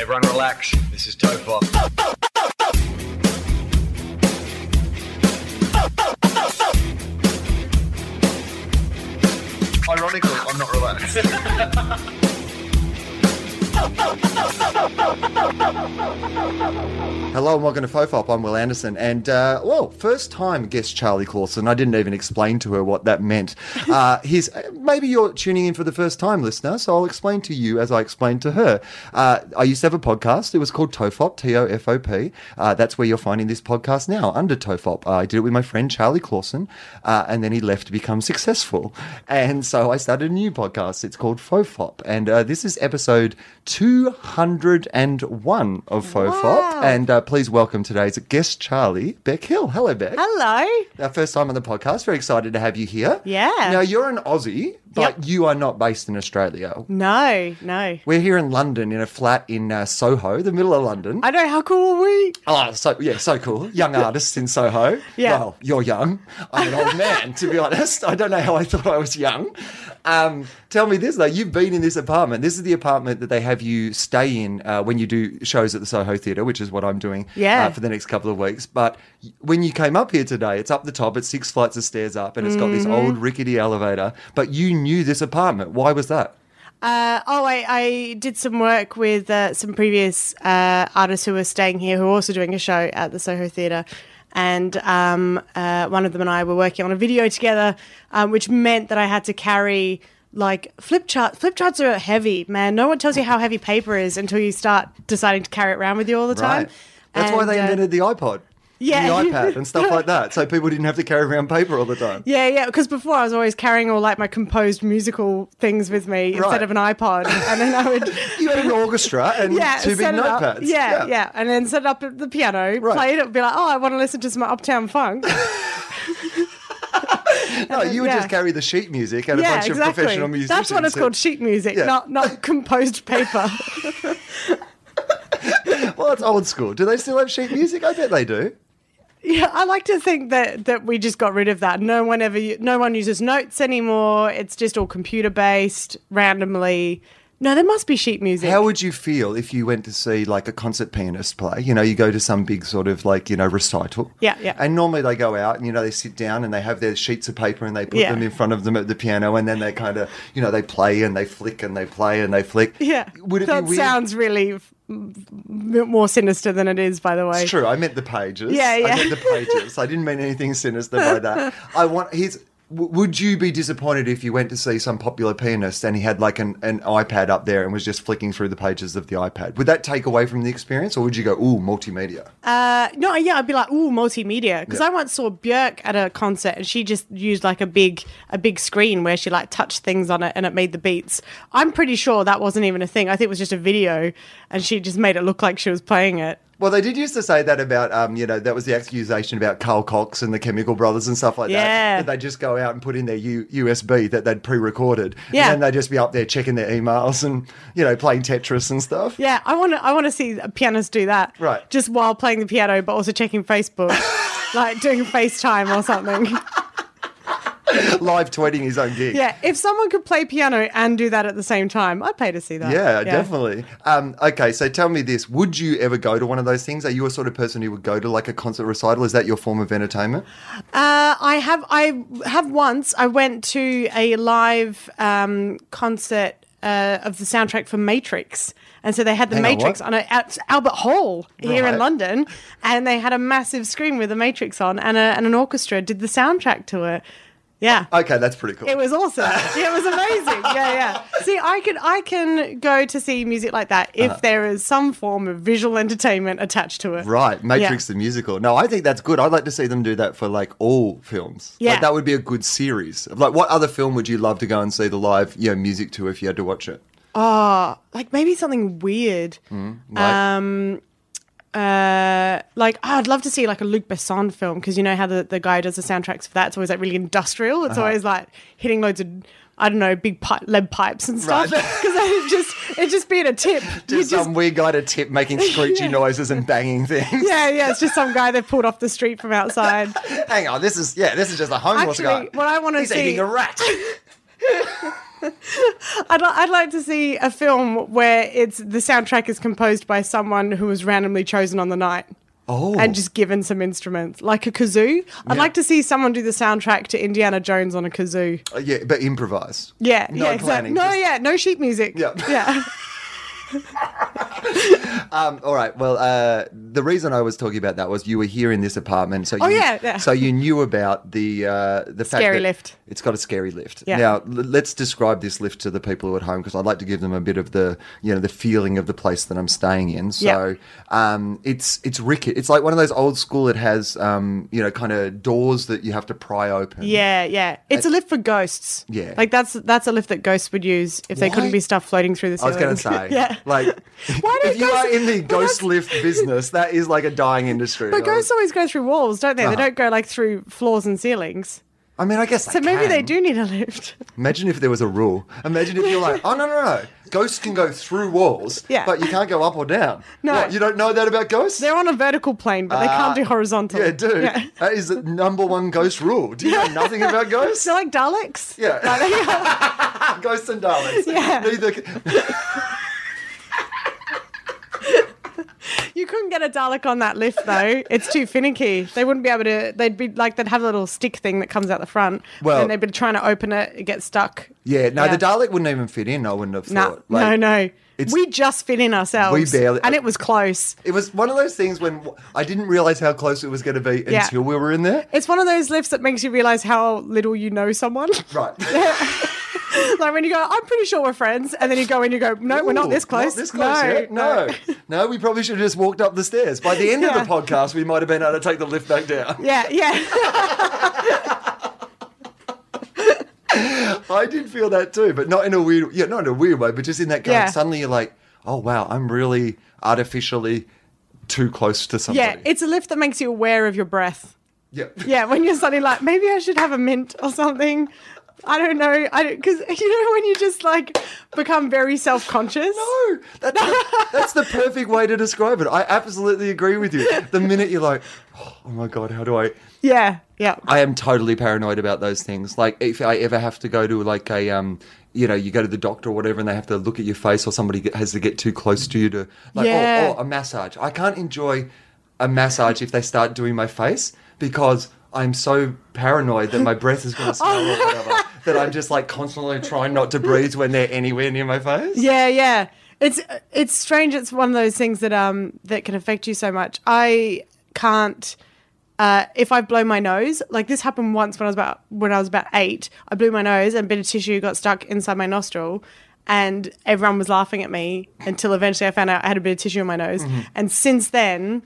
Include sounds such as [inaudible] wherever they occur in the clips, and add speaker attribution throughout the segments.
Speaker 1: Everyone relax. This is Topop. Ironically, I'm not relaxed.
Speaker 2: Hello and welcome to Fofop. I'm Will Anderson, and uh, well, first time guest Charlie Clausen. I didn't even explain to her what that meant. Uh, he's uh, maybe you're tuning in for the first time, listener. So I'll explain to you as I explained to her. Uh, I used to have a podcast. It was called Tofop, T O F O P. Uh, that's where you're finding this podcast now under Tofop. I did it with my friend Charlie Clausen, uh, and then he left to become successful, and so I started a new podcast. It's called Fofop, and uh, this is episode 201 of Fofop.
Speaker 3: Wow.
Speaker 2: And and uh, please welcome today's guest, Charlie Beck Hill. Hello, Beck.
Speaker 3: Hello.
Speaker 2: Our first time on the podcast. Very excited to have you here.
Speaker 3: Yeah.
Speaker 2: Now, you're an Aussie, but
Speaker 3: Yep.
Speaker 2: you are not based in Australia.
Speaker 3: No, no.
Speaker 2: We're here in London in a flat in uh, Soho, the middle of London.
Speaker 3: I know how cool are we?
Speaker 2: Oh, so yeah, so cool. Young artists in Soho.
Speaker 3: Yeah.
Speaker 2: Well, you're young. I'm an old man, to be honest. I don't know how I thought I was young. Um, tell me this though, you've been in this apartment. This is the apartment that they have you stay in uh, when you do shows at the Soho Theatre, which is what I'm doing
Speaker 3: Yeah.
Speaker 2: uh, for the next couple of weeks. But when you came up here today, it's up the top, it's six flights of stairs up, and it's got this
Speaker 3: Mm-hmm.
Speaker 2: old rickety elevator. But you knew this apartment. Why was that?
Speaker 3: Uh, oh, I, I did some work with uh, some previous uh, artists who were staying here who were also doing a show at the Soho Theatre. And um, uh, one of them and I were working on a video together, um, which meant that I had to carry like flip charts. Flip charts are heavy, man. No one tells you how heavy paper is until you start deciding to carry it around with you all the time.
Speaker 2: That's why
Speaker 3: And,
Speaker 2: they
Speaker 3: uh,
Speaker 2: invented the iPod.
Speaker 3: Yeah.
Speaker 2: The iPad and stuff like that.
Speaker 3: [laughs]
Speaker 2: So people didn't have to carry around paper all the time.
Speaker 3: Yeah, yeah. Because before I was always carrying all like my composed musical things with me
Speaker 2: Right.
Speaker 3: instead of an iPod, and
Speaker 2: [laughs]
Speaker 3: then I would.
Speaker 2: You had an orchestra and
Speaker 3: Yeah,
Speaker 2: two big
Speaker 3: set it up.
Speaker 2: notepads.
Speaker 3: Yeah, yeah, and then set it up at the piano,
Speaker 2: Right.
Speaker 3: play it, and be like, "Oh, I want to listen to some Uptown
Speaker 2: [laughs]
Speaker 3: Funk."
Speaker 2: No, you would
Speaker 3: yeah.
Speaker 2: just carry the sheet music and a
Speaker 3: yeah,
Speaker 2: bunch
Speaker 3: exactly.
Speaker 2: of professional musicians.
Speaker 3: That's what it's
Speaker 2: that-
Speaker 3: called, sheet music,
Speaker 2: Yeah. [laughs]
Speaker 3: not not composed paper. [laughs]
Speaker 2: [laughs] Well, it's old school. Do they still have sheet music? I bet they do.
Speaker 3: yeah, I like to think that that we just got rid of that. No one ever, u- no one uses notes anymore. It's just all computer based, randomly. No, there must be sheet music.
Speaker 2: How would you feel if you went to see like a concert pianist play? You know, you go to some big sort of like, you know, recital.
Speaker 3: Yeah, yeah.
Speaker 2: And normally they go out and, you know, they sit down and they have their sheets of paper and they put
Speaker 3: Yeah.
Speaker 2: them in front of them at the piano and then they kind of, you know, they play and they flick and they play and they flick.
Speaker 3: Yeah.
Speaker 2: Would it
Speaker 3: that
Speaker 2: be weird?
Speaker 3: sounds really f- m- more sinister than it is, by the way.
Speaker 2: It's true. I meant the pages.
Speaker 3: Yeah,
Speaker 2: I
Speaker 3: yeah.
Speaker 2: meant the pages. I didn't mean anything sinister by that. I want his. w- Would you be disappointed if you went to see some popular pianist and he had like an, an iPad up there and was just flicking through the pages of the iPad? Would that take away from the experience, or would you go, "Ooh, multimedia"?
Speaker 3: Uh, no, yeah, I'd be like, ooh, multimedia. Because
Speaker 2: Yeah.
Speaker 3: I once saw Björk at a concert and she just used like a big a big screen where she like touched things on it and it made the beats. I'm pretty sure that wasn't even a thing. I think it was just a video and she just made it look like she was playing it.
Speaker 2: Well, they did used to say that about, um, you know, that was the accusation about Carl Cox and the Chemical Brothers and stuff like
Speaker 3: Yeah.
Speaker 2: that. That they just go out and put in their U- USB that they'd pre-recorded, and
Speaker 3: Yeah.
Speaker 2: then they'd just be up there checking their emails and you know playing Tetris and stuff.
Speaker 3: Yeah, I want to I want to see a pianist do that.
Speaker 2: Right.
Speaker 3: Just while playing the piano but also checking Facebook. [laughs] like doing FaceTime or something.
Speaker 2: [laughs] Live tweeting his own gig.
Speaker 3: Yeah, if someone could play piano and do that at the same time, I'd pay to see that.
Speaker 2: Yeah, definitely. Um, okay, so tell me this: Would you ever go to one of those things? Are you a sort of person who would go to like a concert recital? Is that your form of entertainment?
Speaker 3: Uh, I have I have once I went to a live um, concert uh, of the soundtrack for Matrix, and so they had the
Speaker 2: Hang on,
Speaker 3: Matrix
Speaker 2: what?
Speaker 3: on, a, at Albert Hall here
Speaker 2: Right.
Speaker 3: in London, and they had a massive screen with the Matrix on, and, a, and an orchestra did the soundtrack to it. Yeah.
Speaker 2: Okay, that's pretty cool.
Speaker 3: It
Speaker 2: [laughs]
Speaker 3: was awesome. Yeah, it was amazing. Yeah, yeah. See, I can I can go to see music like that if
Speaker 2: Uh-huh.
Speaker 3: there is some form of visual entertainment attached to it.
Speaker 2: Right, Matrix
Speaker 3: Yeah.
Speaker 2: the musical. No, I think that's good. I'd like to see them do that for like all films. Like,
Speaker 3: Yeah.
Speaker 2: that would be a good series. Like, what other film would you love to go and see the live you know, music to if you had to watch it? Hmm.
Speaker 3: Like maybe something weird.
Speaker 2: Like,
Speaker 3: Um, uh, like oh, I'd love to see like a Luc Besson film because you know how the, the guy who does the soundtracks for that. It's always like really industrial.
Speaker 2: Uh-huh.
Speaker 3: It's always like hitting loads of I don't know big pi- lead pipes and
Speaker 2: Right.
Speaker 3: stuff [laughs] because it just it just being a tip. You
Speaker 2: [laughs] Just some weird guy to tip
Speaker 3: [laughs]
Speaker 2: making screechy noises and banging things. [laughs]
Speaker 3: yeah, yeah. It's just some guy they've pulled off the street from outside.
Speaker 2: Hang on, this is yeah, this is just a homeless
Speaker 3: Actually,
Speaker 2: guy.
Speaker 3: what I want to
Speaker 2: He's
Speaker 3: see,
Speaker 2: eating a
Speaker 3: [laughs]
Speaker 2: rat.
Speaker 3: I'd, li- I'd like to see a film where it's the soundtrack is composed by someone who was randomly chosen on the night.
Speaker 2: Oh.
Speaker 3: And just given some instruments, like a kazoo.
Speaker 2: Yeah.
Speaker 3: I'd like to see someone do the soundtrack to Indiana Jones on a kazoo.
Speaker 2: Uh, yeah, but improvised.
Speaker 3: Yeah,
Speaker 2: No
Speaker 3: yeah, exact-
Speaker 2: planning,
Speaker 3: No,
Speaker 2: just-
Speaker 3: yeah, no sheet music.
Speaker 2: Yeah.
Speaker 3: [laughs] yeah.
Speaker 2: Um, all right. Well, uh, the reason I was talking about that was you were here in this apartment, so you,
Speaker 3: Oh, yeah, yeah.
Speaker 2: so you knew about the uh, the fact
Speaker 3: Scary
Speaker 2: that
Speaker 3: lift.
Speaker 2: It's got a scary lift.
Speaker 3: Yeah.
Speaker 2: Now l- let's describe this lift to the people at home because I'd like to give them a bit of the you know the feeling of the place that I'm staying in. So um, it's it's rickety. It's like one of those old school. It has um, you know kind of doors that you have to pry open.
Speaker 3: Yeah, yeah. It's a lift for ghosts.
Speaker 2: Yeah.
Speaker 3: Like that's that's a lift that ghosts would use if they couldn't
Speaker 2: Why?
Speaker 3: be stuff floating through the
Speaker 2: I was going
Speaker 3: ceiling.
Speaker 2: to say,
Speaker 3: [laughs] yeah.
Speaker 2: like,
Speaker 3: Why do
Speaker 2: if you
Speaker 3: ghosts-
Speaker 2: are in the
Speaker 3: Well,
Speaker 2: ghost
Speaker 3: that's-
Speaker 2: lift business, that is like a dying industry.
Speaker 3: But ghosts always go through walls, don't they?
Speaker 2: Uh-huh.
Speaker 3: They don't go like through floors and ceilings.
Speaker 2: I mean, I guess
Speaker 3: So maybe they
Speaker 2: can.
Speaker 3: do need a lift.
Speaker 2: Imagine if there was a rule. Imagine if you're like, oh no no no, ghosts can go through walls,
Speaker 3: Yeah.
Speaker 2: but you can't go up or down.
Speaker 3: No.
Speaker 2: What, you don't know that about ghosts.
Speaker 3: They're on a vertical plane, but they can't do horizontal.
Speaker 2: Uh, yeah, dude, that is the number one ghost rule. Do you know
Speaker 3: [laughs]
Speaker 2: nothing about ghosts?
Speaker 3: They're like Daleks.
Speaker 2: Yeah,
Speaker 3: Like, yeah.
Speaker 2: [laughs] ghosts and darlings.
Speaker 3: Yeah.
Speaker 2: Neither. Can...
Speaker 3: You couldn't get a Dalek on that lift
Speaker 2: [laughs]
Speaker 3: though. It's too finicky. They wouldn't be able to. They'd be like they'd have a little stick thing that comes out the front.
Speaker 2: Well-
Speaker 3: Well, and they'd be trying to open it. It gets stuck.
Speaker 2: Yeah, no,
Speaker 3: Yeah.
Speaker 2: the Dalek wouldn't even fit in. I wouldn't have
Speaker 3: Nah,
Speaker 2: thought. Like,
Speaker 3: no, no.
Speaker 2: it's-
Speaker 3: We just fit in ourselves.
Speaker 2: We barely-
Speaker 3: and it was close.
Speaker 2: It was one of those things when w- I didn't realize how close it was going to be
Speaker 3: Yeah.
Speaker 2: until we were in there.
Speaker 3: It's one of those lifts that makes you realize how little you know someone. [laughs]
Speaker 2: Right.
Speaker 3: like when you go, I'm pretty sure we're friends, and then you go in, you go, no, we're
Speaker 2: Ooh,
Speaker 3: not this close.
Speaker 2: this close, yeah? no, no, we probably should have just walked up the stairs. By the end
Speaker 3: Yeah.
Speaker 2: of the podcast, we might have been able to take the lift back down.
Speaker 3: Yeah, yeah.
Speaker 2: I did feel that too, but not in a weird, yeah, not in a weird way, but just in that kind
Speaker 3: Yeah.
Speaker 2: of suddenly you're like, oh wow, I'm really artificially too close to
Speaker 3: yeah,
Speaker 2: somebody.
Speaker 3: it's a lift that makes you aware of your breath.
Speaker 2: yeah.
Speaker 3: Yeah, when you're suddenly like, maybe I should have a mint or something. I don't know. I because [laughs] you know when you just like become very self conscious.
Speaker 2: [laughs] No, that, that- that's the perfect way to describe it. I absolutely agree with you. The minute you're like, oh my god, how do I?
Speaker 3: Yeah, yeah.
Speaker 2: I am totally paranoid about those things. Like if I ever have to go to like a um, you know, you go to the doctor or whatever, and they have to look at your face, or somebody get- has to get too close to you to like,
Speaker 3: Yeah.
Speaker 2: oh, oh, a massage. I can't enjoy a massage if they start doing my face because. I'm so paranoid that my breath is going to smell or whatever that I'm just like constantly trying not to breathe when they're anywhere near my face.
Speaker 3: Yeah, yeah. It's it's strange. It's one of those things that um that can affect you so much. I can't. Uh, if I blow my nose, like this happened once when I was about when I was about eight, I blew my nose and a bit of tissue got stuck inside my nostril, and everyone was laughing at me until eventually I found out I had a bit of tissue in my nose,
Speaker 2: Mm-hmm.
Speaker 3: and since then,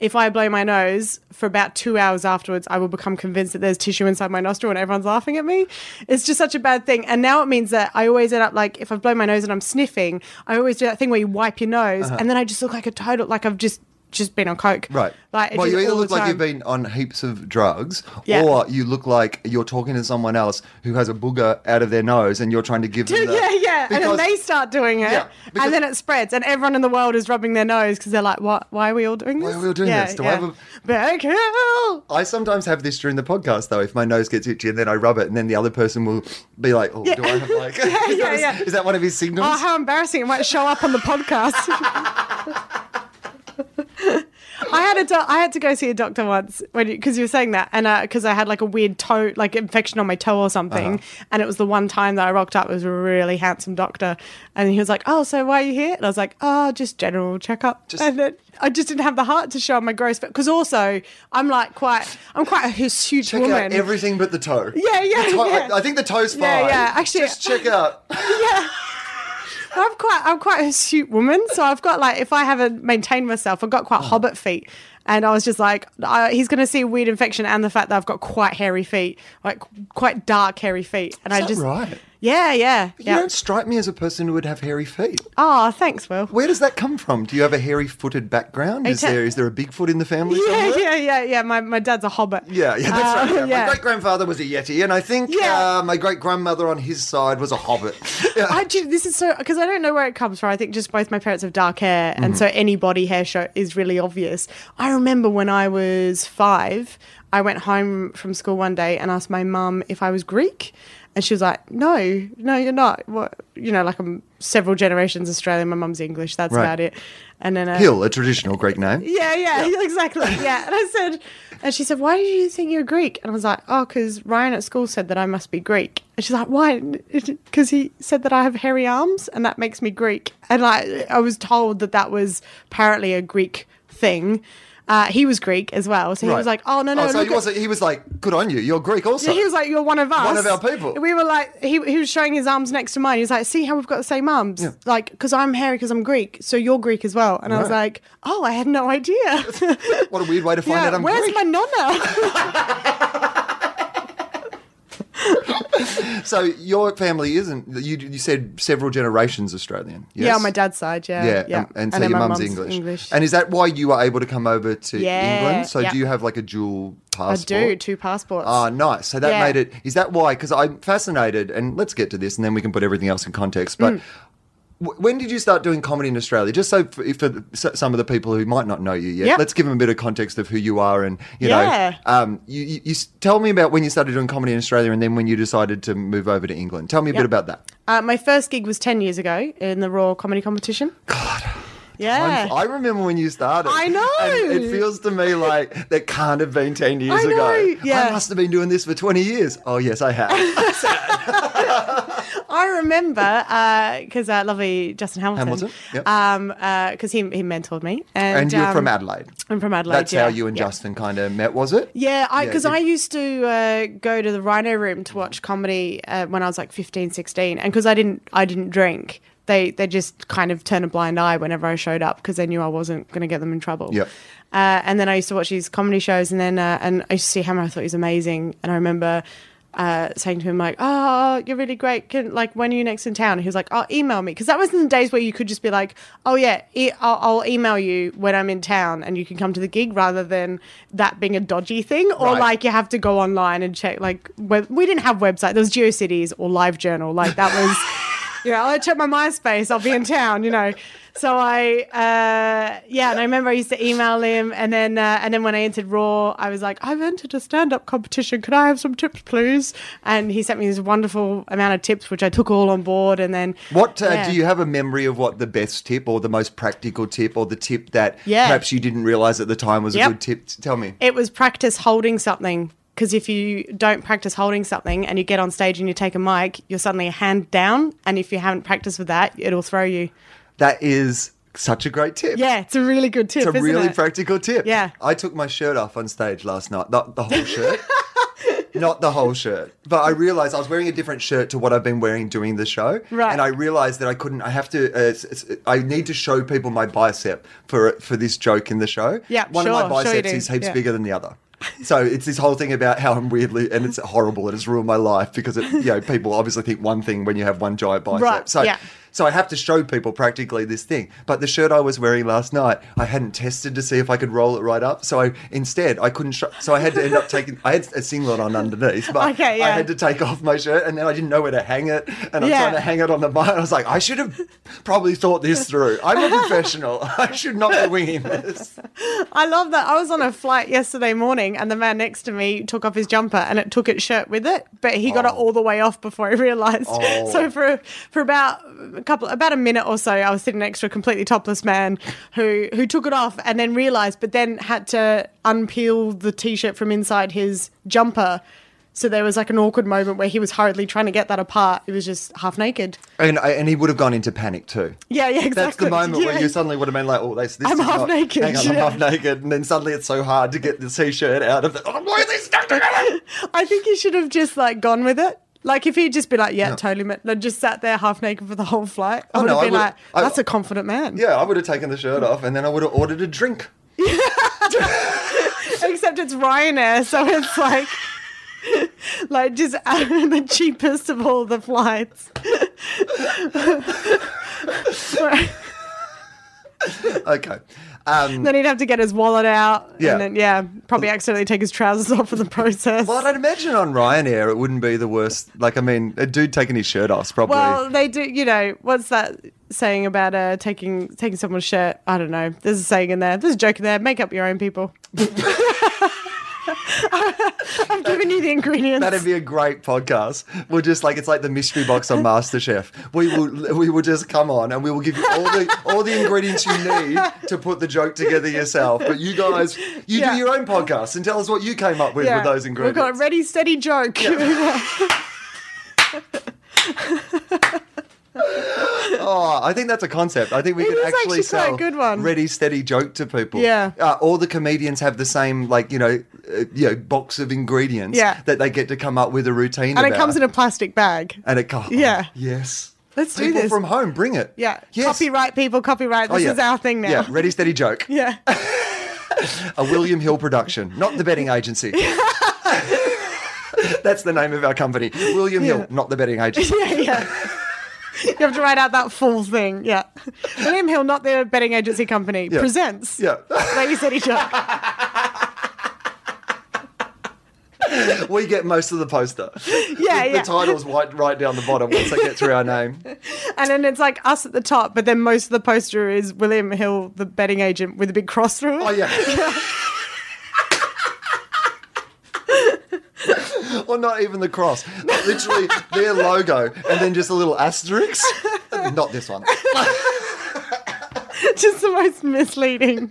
Speaker 3: if I blow my nose for about two hours afterwards, I will become convinced that there's tissue inside my nostril and everyone's laughing at me. It's just such a bad thing. And now it means that I always end up like, if I blow my nose and I'm sniffing, I always do that thing where you wipe your nose and then I just look like a total, like I've just just been on coke.
Speaker 2: Uh-huh. Right.
Speaker 3: Like, it
Speaker 2: well, you
Speaker 3: just
Speaker 2: either
Speaker 3: all the
Speaker 2: look like you've
Speaker 3: time.
Speaker 2: been on heaps of drugs,
Speaker 3: Yeah.
Speaker 2: or you look like you're talking to someone else who has a booger out of their nose, and you're trying to give them. The,
Speaker 3: [laughs] yeah, yeah.
Speaker 2: Because-
Speaker 3: and then they start doing it.
Speaker 2: Yeah, because-
Speaker 3: and then it spreads. And everyone in the world is rubbing their nose because they're like, what? Why are we all doing
Speaker 2: Why
Speaker 3: this?
Speaker 2: are we all doing this? Do I have a-
Speaker 3: Bear Grylls!
Speaker 2: I sometimes have this during the podcast though. If my nose gets itchy and then I rub it, and then the other person will be like, "Oh, do I have like? [laughs] is,
Speaker 3: [laughs] yeah,
Speaker 2: that his-
Speaker 3: yeah.
Speaker 2: is that one of his signals?"
Speaker 3: Oh, how embarrassing. It might show up on the podcast. [laughs] I had a doc- I had to go see a doctor once when because you, were saying that and because I had like a weird toe like infection on my toe or something
Speaker 2: Uh-huh.
Speaker 3: and it was the one time that I rocked up it was a really handsome doctor and he was like oh so why are you here and I was like oh just general checkup
Speaker 2: Just-
Speaker 3: and then I just didn't have the heart to show my gross because also I'm like quite I'm quite a huge
Speaker 2: check
Speaker 3: woman
Speaker 2: out everything but the toe.
Speaker 3: Yeah, yeah,
Speaker 2: The toe-
Speaker 3: yeah.
Speaker 2: I, I think the toe's fine.
Speaker 3: Yeah, yeah, actually-
Speaker 2: just
Speaker 3: [laughs]
Speaker 2: check out.
Speaker 3: yeah.
Speaker 2: Oh.
Speaker 3: I'm quite I'm quite a astute woman, so I've got like if I haven't maintained myself, I've got quite hobbit feet. And I was just like, I, he's going to see weird infection and the fact that I've got quite hairy feet, like quite dark hairy feet. And I
Speaker 2: that
Speaker 3: just,
Speaker 2: right?
Speaker 3: yeah, yeah,
Speaker 2: You
Speaker 3: yeah.
Speaker 2: don't strike me as a person who would have hairy feet.
Speaker 3: Oh, thanks, Will.
Speaker 2: Where does that come from? Do you have a hairy-footed background? Is
Speaker 3: te-
Speaker 2: there is there a Bigfoot in the family?
Speaker 3: [laughs] Yeah,
Speaker 2: somewhere?
Speaker 3: yeah, yeah, yeah. My, my dad's a hobbit.
Speaker 2: Yeah, yeah, that's
Speaker 3: Uh,
Speaker 2: right. Yeah.
Speaker 3: yeah.
Speaker 2: My great grandfather was a Yeti, and I think
Speaker 3: Yeah.
Speaker 2: uh, my great grandmother on his side was a hobbit. Yeah.
Speaker 3: [laughs] I do, this is so because I don't know where it comes from. I think just both my parents have dark hair,
Speaker 2: Mm-hmm.
Speaker 3: and so any body hair show is really obvious. I remember when I was five, I went home from school one day and asked my mum if I was Greek, and she was like, "No, no, you're not." What you know, like I'm several generations Australian. My mum's English. That's
Speaker 2: Right.
Speaker 3: about it. And then uh,
Speaker 2: [laughs] Hill, a traditional Greek name.
Speaker 3: yeah, yeah, [laughs] exactly. Yeah. And I said, and she said, why do you think you're Greek? And I was like, oh, because Ryan at school said that I must be Greek. And she's like, why? [laughs] Because he said that I have hairy arms and that makes me Greek. And I, I was told that that was apparently a Greek thing. Uh, he was Greek as well. So he was
Speaker 2: Right.
Speaker 3: like, oh, no, no.
Speaker 2: so
Speaker 3: look
Speaker 2: he
Speaker 3: at-
Speaker 2: was, he was like, good on you, you're Greek also.
Speaker 3: he was like, "You're one of us,
Speaker 2: One of our people.
Speaker 3: We were like, he, he was showing his arms next to mine. He was like, "See how we've got the same arms? Like, because I'm hairy, because I'm Greek, so you're Greek as well." And I was
Speaker 2: Right.
Speaker 3: like, "Oh, I had no
Speaker 2: [laughs]
Speaker 3: idea."
Speaker 2: what a weird way to find out I'm
Speaker 3: where's
Speaker 2: Greek. [laughs]
Speaker 3: my nonna?
Speaker 2: So your family isn't, you, you said several generations Australian. Yes?
Speaker 3: Yeah, on my dad's side. Yeah,
Speaker 2: Yeah, And, and so
Speaker 3: then
Speaker 2: your
Speaker 3: my
Speaker 2: mum's English. And is that why you were able to come over to
Speaker 3: Yeah,
Speaker 2: England? So
Speaker 3: yeah.
Speaker 2: do you have like a dual
Speaker 3: I
Speaker 2: passport?
Speaker 3: do two passports.
Speaker 2: Ah, nice. So that
Speaker 3: Yeah.
Speaker 2: made it. Is that why? Because I'm fascinated, and let's get to this, and then we can put everything else in context.
Speaker 3: Mm.
Speaker 2: But w- when did you start doing comedy in Australia? Just so for, for the- so- some of the people who might not know you yet,
Speaker 3: Yep.
Speaker 2: let's give them a bit of context of who you are, and you
Speaker 3: Yeah.
Speaker 2: know, um, you, you, you s- tell me about when you started doing comedy in Australia, and then when you decided to move over to England. Tell me a bit
Speaker 3: Yep.
Speaker 2: about that.
Speaker 3: Uh, my first gig was ten years ago in the Royal Comedy Competition. God, yeah,
Speaker 2: I'm- I remember when you started.
Speaker 3: Uh, I know.
Speaker 2: And it feels to me like that can't have been 10 years
Speaker 3: I know,
Speaker 2: ago.
Speaker 3: yeah.
Speaker 2: I must have been doing this for 20 years. Oh, yes, I have.
Speaker 3: [laughs] I remember because uh, lovely Justin Hamilton.
Speaker 2: Hamilton, yep.
Speaker 3: Um, because he he mentored me, and,
Speaker 2: and you're
Speaker 3: um,
Speaker 2: from Adelaide.
Speaker 3: I'm from Adelaide.
Speaker 2: That's
Speaker 3: yeah.
Speaker 2: how you and
Speaker 3: yeah.
Speaker 2: Justin kind of met, was it?
Speaker 3: Yeah,
Speaker 2: Yeah,
Speaker 3: because
Speaker 2: you-
Speaker 3: I, used to uh, go to the Rhino Room to watch comedy uh, when I was like 15, 16. and because I didn't, I didn't drink. They they just kind of turned a blind eye whenever I showed up because they knew I wasn't going to get them in trouble.
Speaker 2: Yep.
Speaker 3: Uh, and then I used to watch these comedy shows, and then uh, and I used to see him. I thought he was amazing, and I remember. Uh, saying to him like, "Oh, you're really great. Can, like, when are you next in town?" He was like, "Oh, email me," because that was in the days where you could just be like, "Oh yeah, e- I'll, I'll email you when I'm in town, and you can come to the gig," rather than that being a dodgy thing or
Speaker 2: Right.
Speaker 3: like you have to go online and check. Like, web- we didn't have website. There was GeoCities or LiveJournal. Like that was. you know, I check my MySpace, I'll be in town, you know. So I, uh, yeah, and I remember I used to email him, and then uh, and then when I entered Raw, I was like, I've entered a stand-up competition. Could I have some tips, please? And he sent me this wonderful amount of tips, which I took all on board, and then
Speaker 2: What uh,
Speaker 3: Yeah.
Speaker 2: do you have a memory of what the best tip or the most practical tip or the tip that
Speaker 3: Yeah.
Speaker 2: perhaps you didn't realize at the time was
Speaker 3: Yep.
Speaker 2: a good tip? Tell me.
Speaker 3: It was practice holding something. Because if you don't practice holding something and you get on stage and you take a mic, you're suddenly a hand down. And if you haven't practiced with that, it'll throw you.
Speaker 2: That is such a great tip.
Speaker 3: Yeah, it's a really good tip.
Speaker 2: It's a
Speaker 3: isn't
Speaker 2: really
Speaker 3: it?
Speaker 2: practical tip.
Speaker 3: Yeah.
Speaker 2: I took my shirt off on stage last night. Not the whole shirt. [laughs] Not the whole shirt. But I realized I was wearing a different shirt to what I've been wearing doing the show.
Speaker 3: Right.
Speaker 2: And I realized that I couldn't, I have to, uh, it's, it's, I need to show people my bicep for for this joke in the show.
Speaker 3: Yeah,
Speaker 2: One
Speaker 3: sure,
Speaker 2: of
Speaker 3: sure
Speaker 2: my
Speaker 3: you
Speaker 2: biceps
Speaker 3: do.
Speaker 2: is heaps
Speaker 3: Yeah.
Speaker 2: bigger than the other. So it's this whole thing about how I'm weirdly, and it's horrible, and it's ruined my life because it, you know, people obviously think one thing when you have one giant bicep.
Speaker 3: Right,
Speaker 2: So
Speaker 3: yeah.
Speaker 2: so I have to show people practically this thing. But the shirt I was wearing last night, I hadn't tested to see if I could roll it right up. So I instead I couldn't. Sh- so I had to end up taking. I had a singlet on underneath, but
Speaker 3: Okay, yeah.
Speaker 2: I had to take off my shirt, and then I didn't know where to hang it, and I'm
Speaker 3: Yeah.
Speaker 2: trying to hang it on the mic. I was like, I should have probably thought
Speaker 3: [laughs]
Speaker 2: this through. I'm a professional. [laughs] I should not be winging this.
Speaker 3: I love that. I was on a flight yesterday morning and the man next to me took off his jumper and it took its shirt with it, but he got it all the way off before he realized.
Speaker 2: Oh.
Speaker 3: So for for about a couple about a minute or so, I was sitting next to a completely topless man who who took it off and then realized but then had to unpeel the t-shirt from inside his jumper. So there was like an awkward moment where he was hurriedly trying to get that apart. He was just half naked.
Speaker 2: And I, and he would have gone into panic too.
Speaker 3: Yeah, yeah, exactly.
Speaker 2: That's the moment
Speaker 3: Yeah.
Speaker 2: where you suddenly would have been like, "Oh, this, this
Speaker 3: I'm
Speaker 2: is
Speaker 3: half
Speaker 2: not-
Speaker 3: naked,
Speaker 2: Hang on, I'm
Speaker 3: yeah.
Speaker 2: half naked, and then suddenly it's so hard to get the t-shirt out of the. Oh, why is this stuck together?
Speaker 3: I think he should have just like gone with it. Like if he'd just been like, yeah, totally, man, and just sat there half naked for the whole flight, I
Speaker 2: Oh,
Speaker 3: would
Speaker 2: no,
Speaker 3: have
Speaker 2: I
Speaker 3: been
Speaker 2: would-
Speaker 3: like,
Speaker 2: I-
Speaker 3: that's a confident man.
Speaker 2: Yeah, I would have taken the shirt off and then I would have ordered a drink.
Speaker 3: except it's Ryanair, so it's
Speaker 2: [laughs]
Speaker 3: like like just out of the cheapest of all the
Speaker 2: [laughs]
Speaker 3: flights.
Speaker 2: Okay. Um,
Speaker 3: then he'd have to get his wallet out.
Speaker 2: Yeah.
Speaker 3: And then, yeah, probably accidentally take his trousers off in the process.
Speaker 2: well, I'd imagine on Ryanair it wouldn't be the worst. Like, I mean, a dude taking his shirt off's probably.
Speaker 3: Well, they do. You know, what's that saying about uh, taking taking someone's shirt? I don't know. There's a saying in there. There's a joke in there. Make up your
Speaker 2: [laughs]
Speaker 3: own people. [laughs] I've given you the ingredients.
Speaker 2: That'd be a great podcast. We'll just like it's like the mystery box on MasterChef. We will we will just come on and we will give you all the all the ingredients you need to put the joke together yourself. But you guys, you
Speaker 3: Yeah.
Speaker 2: do your own podcast and tell us what you came up with
Speaker 3: Yeah.
Speaker 2: with those
Speaker 3: We've
Speaker 2: ingredients.
Speaker 3: got a ready, steady joke.
Speaker 2: Oh, I think that's a concept. I think we
Speaker 3: It
Speaker 2: could
Speaker 3: is
Speaker 2: actually,
Speaker 3: actually quite a
Speaker 2: sell
Speaker 3: good one.
Speaker 2: ready, steady joke to people.
Speaker 3: Yeah.
Speaker 2: Uh, all the comedians have the same, like, you know, uh, you know, box of ingredients
Speaker 3: Yeah.
Speaker 2: that they get to come up with a routine
Speaker 3: [laughs] and it
Speaker 2: about.
Speaker 3: comes in a plastic bag.
Speaker 2: And it comes.
Speaker 3: Yeah.
Speaker 2: Yes.
Speaker 3: Let's do
Speaker 2: people
Speaker 3: this.
Speaker 2: from home, bring it.
Speaker 3: Yeah.
Speaker 2: Yes. Oh,
Speaker 3: Copyright people, copyright. This
Speaker 2: yeah.
Speaker 3: is our thing now.
Speaker 2: Yeah, ready, steady
Speaker 3: [laughs]
Speaker 2: joke.
Speaker 3: Yeah.
Speaker 2: A William Hill production, not the betting agency. [laughs]
Speaker 3: [laughs]
Speaker 2: That's the name of our company. William Hill, not the betting
Speaker 3: [laughs]
Speaker 2: agency.
Speaker 3: yeah,
Speaker 2: [laughs]
Speaker 3: yeah. You have to write out that full thing. Yeah. [laughs] William Hill, not the betting agency company,
Speaker 2: Yeah.
Speaker 3: presents.
Speaker 2: Yeah. [laughs]
Speaker 3: Lady City Joke.
Speaker 2: we get most of the poster.
Speaker 3: Yeah,
Speaker 2: The
Speaker 3: yeah.
Speaker 2: title's right, right down the bottom once they get through our name.
Speaker 3: And then it's like us at the top, but then most of the poster is William Hill, the betting agent, with a big cross through it.
Speaker 2: Oh yeah. [laughs] or not even the cross. Literally their logo and then just a little asterisk. Not this one.
Speaker 3: [laughs] Just the most misleading.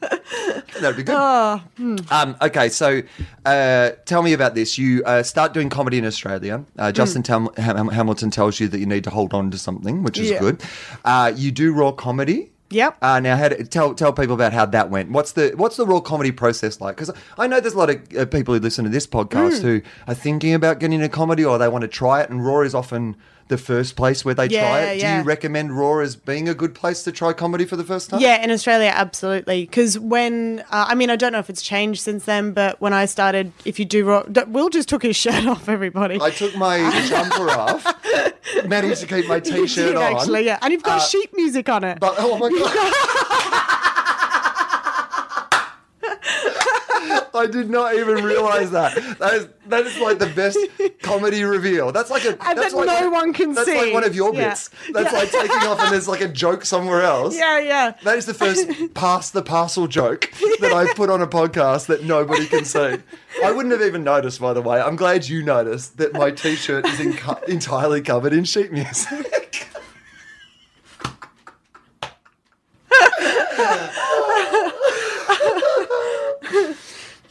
Speaker 2: That'd be good.
Speaker 3: Ah, hmm.
Speaker 2: Um, okay, so uh, tell me about this. You uh, start doing comedy in Australia.
Speaker 3: Hmm.
Speaker 2: Uh, Justin Tam- Ham- Hamilton tells you that you need to hold on to something, which is
Speaker 3: Yeah.
Speaker 2: good. Uh, you do raw comedy.
Speaker 3: Yep.
Speaker 2: Uh, now, how to, tell tell people about how that went. What's the what's the raw comedy process like? Because I know there's a lot of uh, people who listen to this podcast
Speaker 3: Hmm.
Speaker 2: who are thinking about getting into comedy or they want to try it, and raw is often the first place where they try
Speaker 3: Yeah,
Speaker 2: it. Do
Speaker 3: yeah.
Speaker 2: you recommend raw as being a good place to try comedy for the first time?
Speaker 3: [laughs] Yeah, in Australia, absolutely. Because when, uh, I mean, I don't know if it's changed since then, but when I started, if you do, ro- d- Will just took his [laughs] shirt off, everybody. [laughs]
Speaker 2: I took my jumper off, managed to keep my
Speaker 3: You
Speaker 2: t-shirt
Speaker 3: did,
Speaker 2: on. Uh,
Speaker 3: Actually, yeah. And you've got sheep music on it.
Speaker 2: But oh my god. I did not even realize that. That is that is like the best comedy reveal. That's like a
Speaker 3: And
Speaker 2: that's like
Speaker 3: that no one can
Speaker 2: that's like
Speaker 3: see.
Speaker 2: one of your
Speaker 3: Yeah.
Speaker 2: bits. That's like taking off and there's like a joke somewhere else.
Speaker 3: yeah, yeah.
Speaker 2: That is the first
Speaker 3: [laughs]
Speaker 2: pass the parcel joke that I put on a podcast that nobody can see. I wouldn't have even noticed, by the way. I'm glad you noticed that my t shirt is in- entirely covered in sheet
Speaker 3: [laughs]
Speaker 2: music.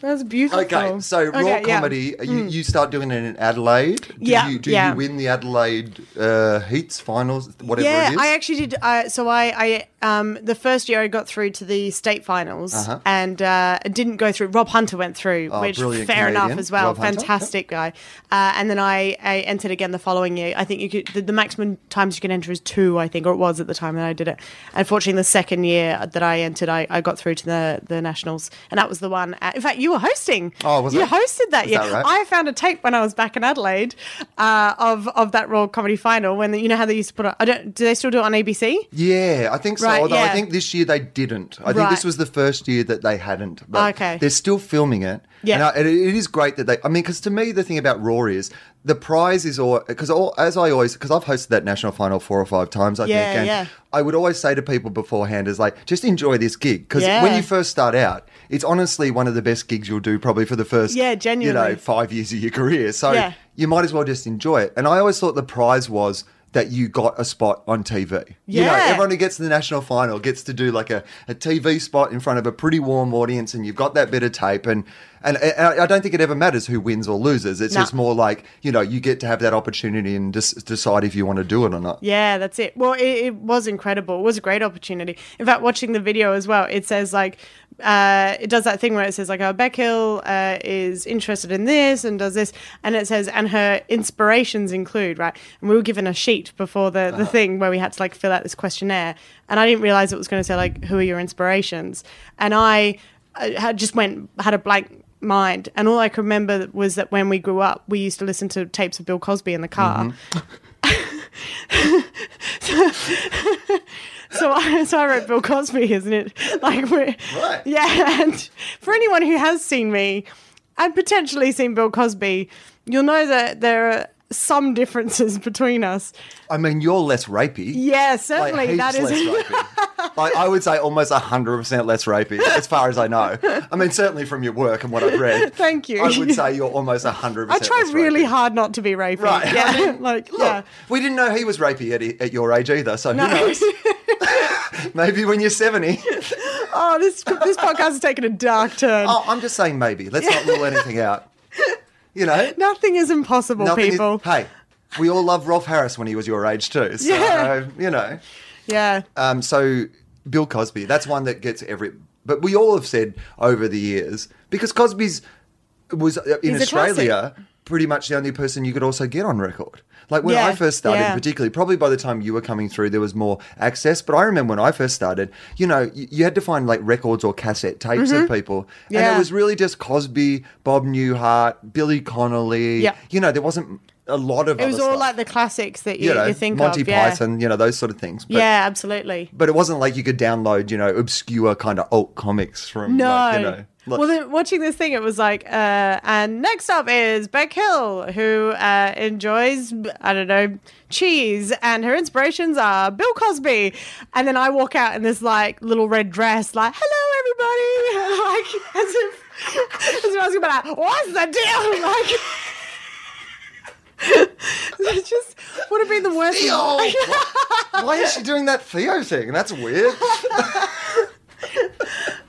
Speaker 3: That's beautiful.
Speaker 2: okay, so raw
Speaker 3: Oh. Okay, yeah. Mm.
Speaker 2: comedy, you, you start doing it in Adelaide. Do
Speaker 3: Yeah,
Speaker 2: You, do
Speaker 3: yeah.
Speaker 2: you win the Adelaide uh, Heats, finals, whatever
Speaker 3: yeah,
Speaker 2: it is?
Speaker 3: I actually did. Uh, so I, I, um, the first year I got through to the state finals and uh, didn't go through. Rob Hunter went through,
Speaker 2: Uh-huh. Oh,
Speaker 3: which fair
Speaker 2: brilliant
Speaker 3: enough
Speaker 2: Canadian,
Speaker 3: as well.
Speaker 2: Rob Hunter,
Speaker 3: Fantastic guy. Uh, and then I, I entered again the following year. I think you could the, the maximum times you can enter is two, I think, or it was at the time that I did it. Unfortunately, the second year that I entered, I, I got through to the the nationals, and that was the one. At, in fact, you were hosting.
Speaker 2: Oh, was
Speaker 3: you
Speaker 2: I?
Speaker 3: hosted that
Speaker 2: Is
Speaker 3: year.
Speaker 2: that right?
Speaker 3: I I found a tape when I was back in Adelaide uh, of of that Royal Comedy Final when the, you know how they used to put it. I don't. Do they still do it on ABC?
Speaker 2: Yeah, I think so.
Speaker 3: Right,
Speaker 2: Although I
Speaker 3: yeah.
Speaker 2: think this year they didn't. I think
Speaker 3: Right.
Speaker 2: this was the first year that they hadn't. But
Speaker 3: Okay.
Speaker 2: They're still filming it.
Speaker 3: Yeah.
Speaker 2: And, I, and it- it is great that they, I mean, because to me, the thing about Raw is the prize is all, because all, as I always, because I've hosted that national final four or five times, I
Speaker 3: Yeah,
Speaker 2: think. And
Speaker 3: yeah.
Speaker 2: I would always say to people beforehand is like, just enjoy this gig. Because when
Speaker 3: Yeah.
Speaker 2: you first start out, it's honestly one of the best gigs you'll do probably for the first,
Speaker 3: Yeah,
Speaker 2: you know,
Speaker 3: genuinely.
Speaker 2: five years of your career. So
Speaker 3: Yeah.
Speaker 2: you might as well just enjoy it. And I always thought the prize was that you got a spot on TV. You know,
Speaker 3: Yeah.
Speaker 2: everyone who gets to the national final gets to do like a, a TV spot in front of a pretty warm audience, and you've got that bit of tape. And and, and I I don't think it ever matters who wins or loses. It's
Speaker 3: No.
Speaker 2: just more like you know you get to have that opportunity and just decide if you want to do it or not.
Speaker 3: Yeah, that's it. Well, it, it was incredible. It was a great opportunity. In fact, watching the video as well, it says like, uh, it does that thing where it says like, oh, Beck Hill uh, is interested in this and does this, and it says, and her inspirations include right. And we were given a sheet before the the thing where we had to like fill out this questionnaire, and I didn't realize it was going to say like, who are your inspirations, and I. I had just went had a blank mind, and all I can remember was that when we grew up, we used to listen to tapes of Bill Cosby in the car. so, I, [laughs] so I wrote Bill Cosby, isn't it? [laughs] Like, we're,
Speaker 1: Right.
Speaker 3: yeah. And for anyone who has seen me and potentially seen Bill Cosby, you'll know that there are some differences [laughs] between us.
Speaker 2: I mean, you're less rapey.
Speaker 3: Yeah,
Speaker 2: Like,
Speaker 3: certainly
Speaker 2: heaps
Speaker 3: that is.
Speaker 2: less
Speaker 3: [laughs]
Speaker 2: rapey. like, I would say almost 100% less rapey, as far as I know. I mean, certainly from your work and what I've read.
Speaker 3: [laughs] Thank you.
Speaker 2: I would say you're almost 100%
Speaker 3: I try
Speaker 2: less
Speaker 3: really
Speaker 2: rapey.
Speaker 3: hard not to be rapey.
Speaker 2: Right.
Speaker 3: Yeah.
Speaker 2: [laughs]
Speaker 3: [laughs]
Speaker 2: I mean,
Speaker 3: like,
Speaker 2: Look,
Speaker 3: yeah.
Speaker 2: we didn't know he was rapey at, at your age either, so who
Speaker 3: No.
Speaker 2: knows? Maybe when you're 70.
Speaker 3: [laughs] oh, this this podcast has taken a dark turn.
Speaker 2: Oh, I'm just saying maybe. Let's not rule anything out. You
Speaker 3: [laughs]
Speaker 2: know?
Speaker 3: Nothing is impossible,
Speaker 2: nothing is-
Speaker 3: people.
Speaker 2: hey, we all love Rolf Harris when he was your age too. So,
Speaker 3: Yeah.
Speaker 2: you know.
Speaker 3: yeah.
Speaker 2: Um, so Bill Cosby, that's one that gets every. But we all have said over the years because Cosby's was uh, in
Speaker 3: He's a
Speaker 2: Australia pretty much the only person you could also get on record. Like when I
Speaker 3: Yeah,
Speaker 2: first started,
Speaker 3: yeah.
Speaker 2: particularly, probably by the time you were coming through, there was more access. But I remember when I first started, you know, you, you had to find like records or cassette tapes of people, and
Speaker 3: Mm-hmm. Yeah.
Speaker 2: it was really just Cosby, Bob Newhart, Billy Connolly.
Speaker 3: Yeah.
Speaker 2: you know, there wasn't a lot of.
Speaker 3: It was
Speaker 2: other
Speaker 3: all
Speaker 2: stuff.
Speaker 3: like the classics that you,
Speaker 2: you know
Speaker 3: you think
Speaker 2: Monty
Speaker 3: of. yeah.
Speaker 2: Python, you know those sort of things. But
Speaker 3: yeah, absolutely.
Speaker 2: but it wasn't like you could download, you know, obscure kind of alt comics from,
Speaker 3: No.
Speaker 2: like, you know. Look, [laughs]
Speaker 3: well, then, watching this thing, it was like, uh, and next up is Beck Hill, who uh, enjoys, I don't know, cheese, and her inspirations are Bill Cosby. And then I walk out in this like little red dress, like, hello, everybody. [laughs] like, as if, as if I was gonna be like, what's the deal? [laughs] Like, it [laughs] just would have been the worst. [laughs]
Speaker 2: Theo! Why is she doing that Theo thing? That's weird.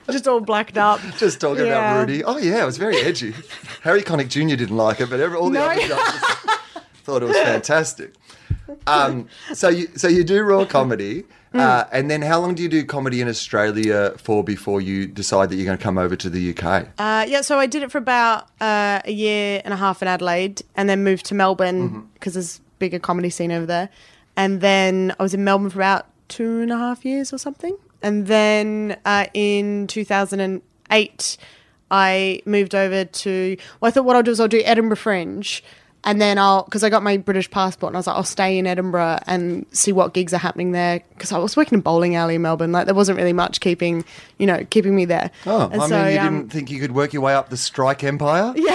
Speaker 3: Just all blacked up.
Speaker 2: Just talking
Speaker 3: Yeah.
Speaker 2: about Rudy. Oh, yeah, it was very edgy. Harry Connick Jr. didn't like it, but every, all the
Speaker 3: No.
Speaker 2: other guys
Speaker 3: [laughs]
Speaker 2: just thought it was fantastic. Um, so you so you do raw comedy,
Speaker 3: Mm.
Speaker 2: uh, and then how long do you do comedy in Australia for before you decide that you're going to come over to the UK?
Speaker 3: Uh, yeah, so I did it for about uh, a year and a half in Adelaide and then moved to
Speaker 2: Mm-hmm.
Speaker 3: Melbourne because there's bigger comedy scene over there. And then I was in Melbourne for about two and a half years or something. And then uh, in 2008, I moved over to, well, I thought what I'll do is I'll do Edinburgh Fringe. And then I'll, because I got my British passport and I was like, I'll stay in Edinburgh and see what gigs are happening there. Because I was working in a bowling alley in Melbourne. Like, there wasn't really much keeping, you know, keeping me there.
Speaker 2: Oh,
Speaker 3: And
Speaker 2: I
Speaker 3: so,
Speaker 2: mean, you
Speaker 3: um,
Speaker 2: didn't think you could work your way up the strike empire? Yeah.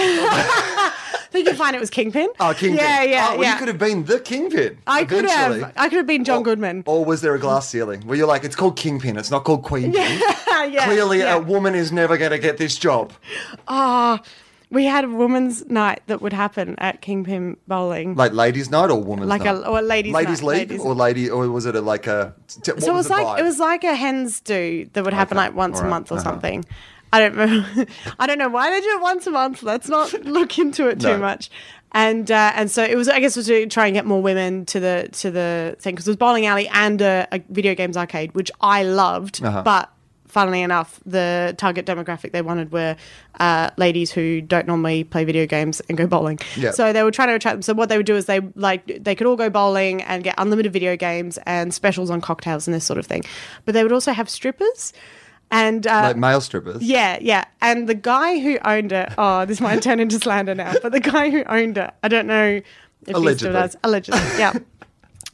Speaker 3: I think you'll find it was Kingpin.
Speaker 2: Oh, Kingpin.
Speaker 3: Yeah, yeah,
Speaker 2: Oh, well,
Speaker 3: yeah.
Speaker 2: you could have been the Kingpin.
Speaker 3: I could
Speaker 2: eventually. Oh,
Speaker 3: have. I could have been John
Speaker 2: Or-
Speaker 3: Goodman. [laughs]
Speaker 2: Or was there a glass ceiling where you're like, it's called Kingpin, it's not called Queen Pin.
Speaker 3: yeah,
Speaker 2: Clearly,
Speaker 3: yeah.
Speaker 2: a woman is never going to get this job.
Speaker 3: we had a women's night that would happen at Kingpin Bowling.
Speaker 2: Like ladies' night or woman's
Speaker 3: Like
Speaker 2: night?
Speaker 3: a- or ladies'
Speaker 2: ladies'
Speaker 3: night,
Speaker 2: league
Speaker 3: ladies-
Speaker 2: or lady or was it a, like a? T- what
Speaker 3: so it was
Speaker 2: the
Speaker 3: like
Speaker 2: vibe?
Speaker 3: it was like a hens do that would happen
Speaker 2: Okay,
Speaker 3: like once
Speaker 2: alright,
Speaker 3: a month or
Speaker 2: uh-huh.
Speaker 3: something. I don't remember. [laughs] I don't know why they do it once a month. Let's not
Speaker 2: [laughs]
Speaker 3: look into it too
Speaker 2: No.
Speaker 3: much. And uh, and so it was. I guess it was to try and get more women to the to the thing because it was bowling alley and a, a video games arcade, which I loved,
Speaker 2: Uh-huh.
Speaker 3: but. Funnily enough, the target demographic they wanted were uh, ladies who don't normally play video games and go bowling.
Speaker 2: Yeah.
Speaker 3: So they were trying to attract them. So what they would do is they like they could all go bowling and get unlimited video games and specials on cocktails and this sort of thing. But they would also have strippers and uh,
Speaker 2: like male strippers.
Speaker 3: yeah, yeah. And the guy who owned it, oh, this might turn into slander now, but the guy who owned it, I don't know if he
Speaker 2: Allegedly.
Speaker 3: still does. Allegedly,
Speaker 2: [laughs]
Speaker 3: yeah.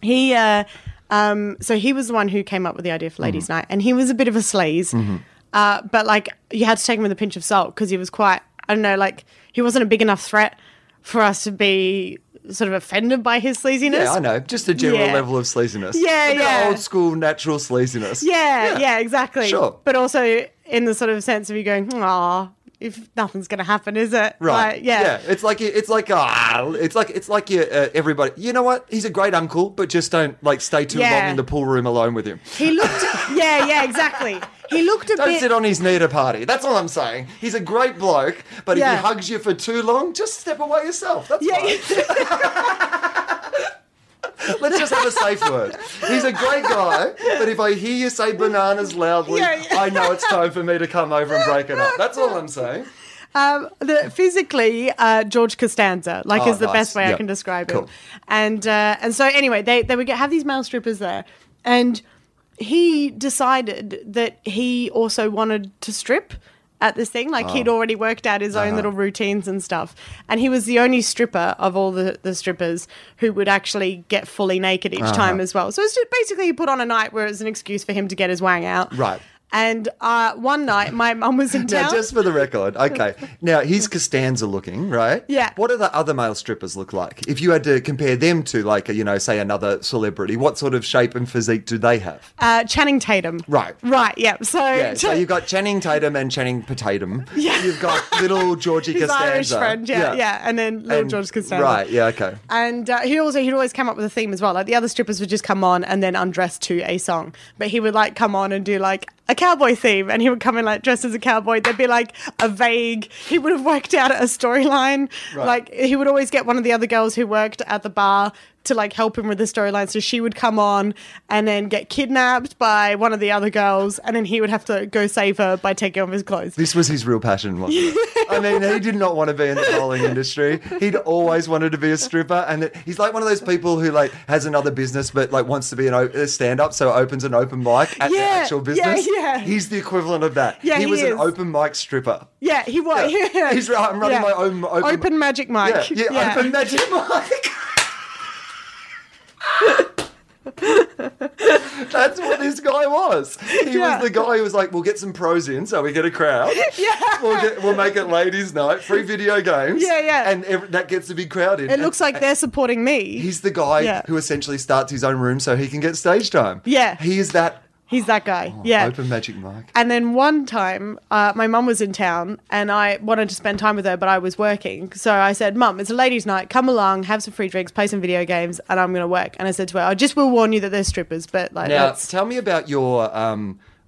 Speaker 3: he, uh, um, so he was the one who came up with the idea for Ladies'
Speaker 2: Mm-hmm.
Speaker 3: Night, and he was a bit of a sleaze. Uh, but like, you had to take him with a pinch of salt because he was quite, I don't know, like, he wasn't a big enough threat for us to be sort of offended by his sleaziness.
Speaker 2: Yeah, I know. Just a general
Speaker 3: Yeah.
Speaker 2: level of sleaziness.
Speaker 3: Yeah,
Speaker 2: A bit of
Speaker 3: yeah.
Speaker 2: Old school natural sleaziness.
Speaker 3: Yeah, yeah, exactly.
Speaker 2: Sure.
Speaker 3: But also in the sort of sense of you going, ah, if nothing's going to happen, is it?
Speaker 2: Right.
Speaker 3: Like, yeah.
Speaker 2: It's like it's like ah, it's like it's like your, uh, everybody. You know what? He's a great uncle, but just don't like stay too long
Speaker 3: Yeah.
Speaker 2: in the pool room alone with him.
Speaker 3: He looked. yeah, yeah, exactly. He looked a
Speaker 2: Don't
Speaker 3: bit.
Speaker 2: sit on his knee at a party. That's all I'm saying. He's a great bloke, but if
Speaker 3: Yeah.
Speaker 2: he hugs you for too long, just step away yourself. That's
Speaker 3: Yeah,
Speaker 2: fine. Let's just have a safe word. He's a great guy, but if I hear you say bananas loudly,
Speaker 3: Yeah, yeah.
Speaker 2: I know it's time for me to come over and break it up. That's all I'm saying.
Speaker 3: um, the, physically, uh, George Costanza, like,
Speaker 2: Oh,
Speaker 3: is the
Speaker 2: nice.
Speaker 3: best way
Speaker 2: Yeah.
Speaker 3: I can describe
Speaker 2: Cool.
Speaker 3: him. And uh, and so anyway, they they would get, have these male strippers there, and he decided that he also wanted to strip. at this thing. Like
Speaker 2: Oh.
Speaker 3: he'd already worked out his
Speaker 2: Uh-huh.
Speaker 3: own little routines and stuff. And he was the only stripper of all the, the strippers who would actually get fully naked each
Speaker 2: Uh-huh.
Speaker 3: time as well. So it's just basically he put on a night where it was an excuse for him to get his wang out.
Speaker 2: Right.
Speaker 3: And uh, one night my mum
Speaker 2: [laughs]
Speaker 3: was in
Speaker 2: Now,
Speaker 3: town.
Speaker 2: just for the
Speaker 3: [laughs]
Speaker 2: record, okay. Now he's Costanza looking, right?
Speaker 3: Yeah.
Speaker 2: What do the other male strippers look like? If you had to compare them to, like, you know, say another celebrity, what sort of shape and physique do they have?
Speaker 3: uh, Channing Tatum.
Speaker 2: Right.
Speaker 3: Right, yeah. So, [laughs]
Speaker 2: Yeah. So you've got Channing Tatum and Channing Potatum.
Speaker 3: Yeah.
Speaker 2: You've got little
Speaker 3: [laughs]
Speaker 2: Georgie
Speaker 3: his
Speaker 2: Costanza.
Speaker 3: Irish friend, yeah, yeah, And then little
Speaker 2: And-
Speaker 3: George Costanza.
Speaker 2: Right. Yeah. Okay.
Speaker 3: And uh, he also he'd always come up with a theme as well. Like the other strippers would just come on and then undress to a song, but he would like come on and do like a cowboy theme, and he would come in like dressed as a cowboy. There'd be like a vague. He would have worked out a storyline. Like he would always get one of the other girls who worked at the bar to like help him with the storyline. So she would come on and then get kidnapped by one of the other girls, and then he would have to go save her by taking off his clothes.
Speaker 2: This was his real passion, wasn't
Speaker 3: [laughs]
Speaker 2: it? I mean, he did not want to be in the bowling industry. He'd always wanted to be a stripper, and it- he's like one of those people who like has another business, but like wants to be an o- a stand-up, so opens an open mic at the
Speaker 3: Yeah,
Speaker 2: actual
Speaker 3: yeah,
Speaker 2: business.
Speaker 3: yeah.
Speaker 2: He's the equivalent of that.
Speaker 3: Yeah,
Speaker 2: he,
Speaker 3: he
Speaker 2: was an
Speaker 3: is.
Speaker 2: open mic stripper.
Speaker 3: [laughs] Yeah, he was.
Speaker 2: Yeah. He's right, I'm running my own open-
Speaker 3: open magic mic.
Speaker 2: Yeah, yeah, open magic mic. [laughs] That's what this guy was. He
Speaker 3: Yeah.
Speaker 2: was the guy who was like, "We'll get some pros in, so we get a crowd.
Speaker 3: [laughs] Yeah.
Speaker 2: we'll get, we'll make it ladies' night, free video games.
Speaker 3: Yeah, yeah.
Speaker 2: and ev- that gets a big crowd in.
Speaker 3: It looks like they're supporting me. He's,
Speaker 2: he's the guy
Speaker 3: Yeah.
Speaker 2: who essentially starts his own room so he can get stage time.
Speaker 3: Yeah.
Speaker 2: he is that
Speaker 3: that guy. yeah.
Speaker 2: Oh, open magic mic.
Speaker 3: And then one time, uh, my mum was in town and I wanted to spend time with her, but I was working. So I said, Mum, it's a ladies' night. Come along, have some free drinks, play some video games, and I'm going to work. And I said to her, I just will warn you that they're strippers, but like,
Speaker 2: Now,
Speaker 3: that's.
Speaker 2: tell me about your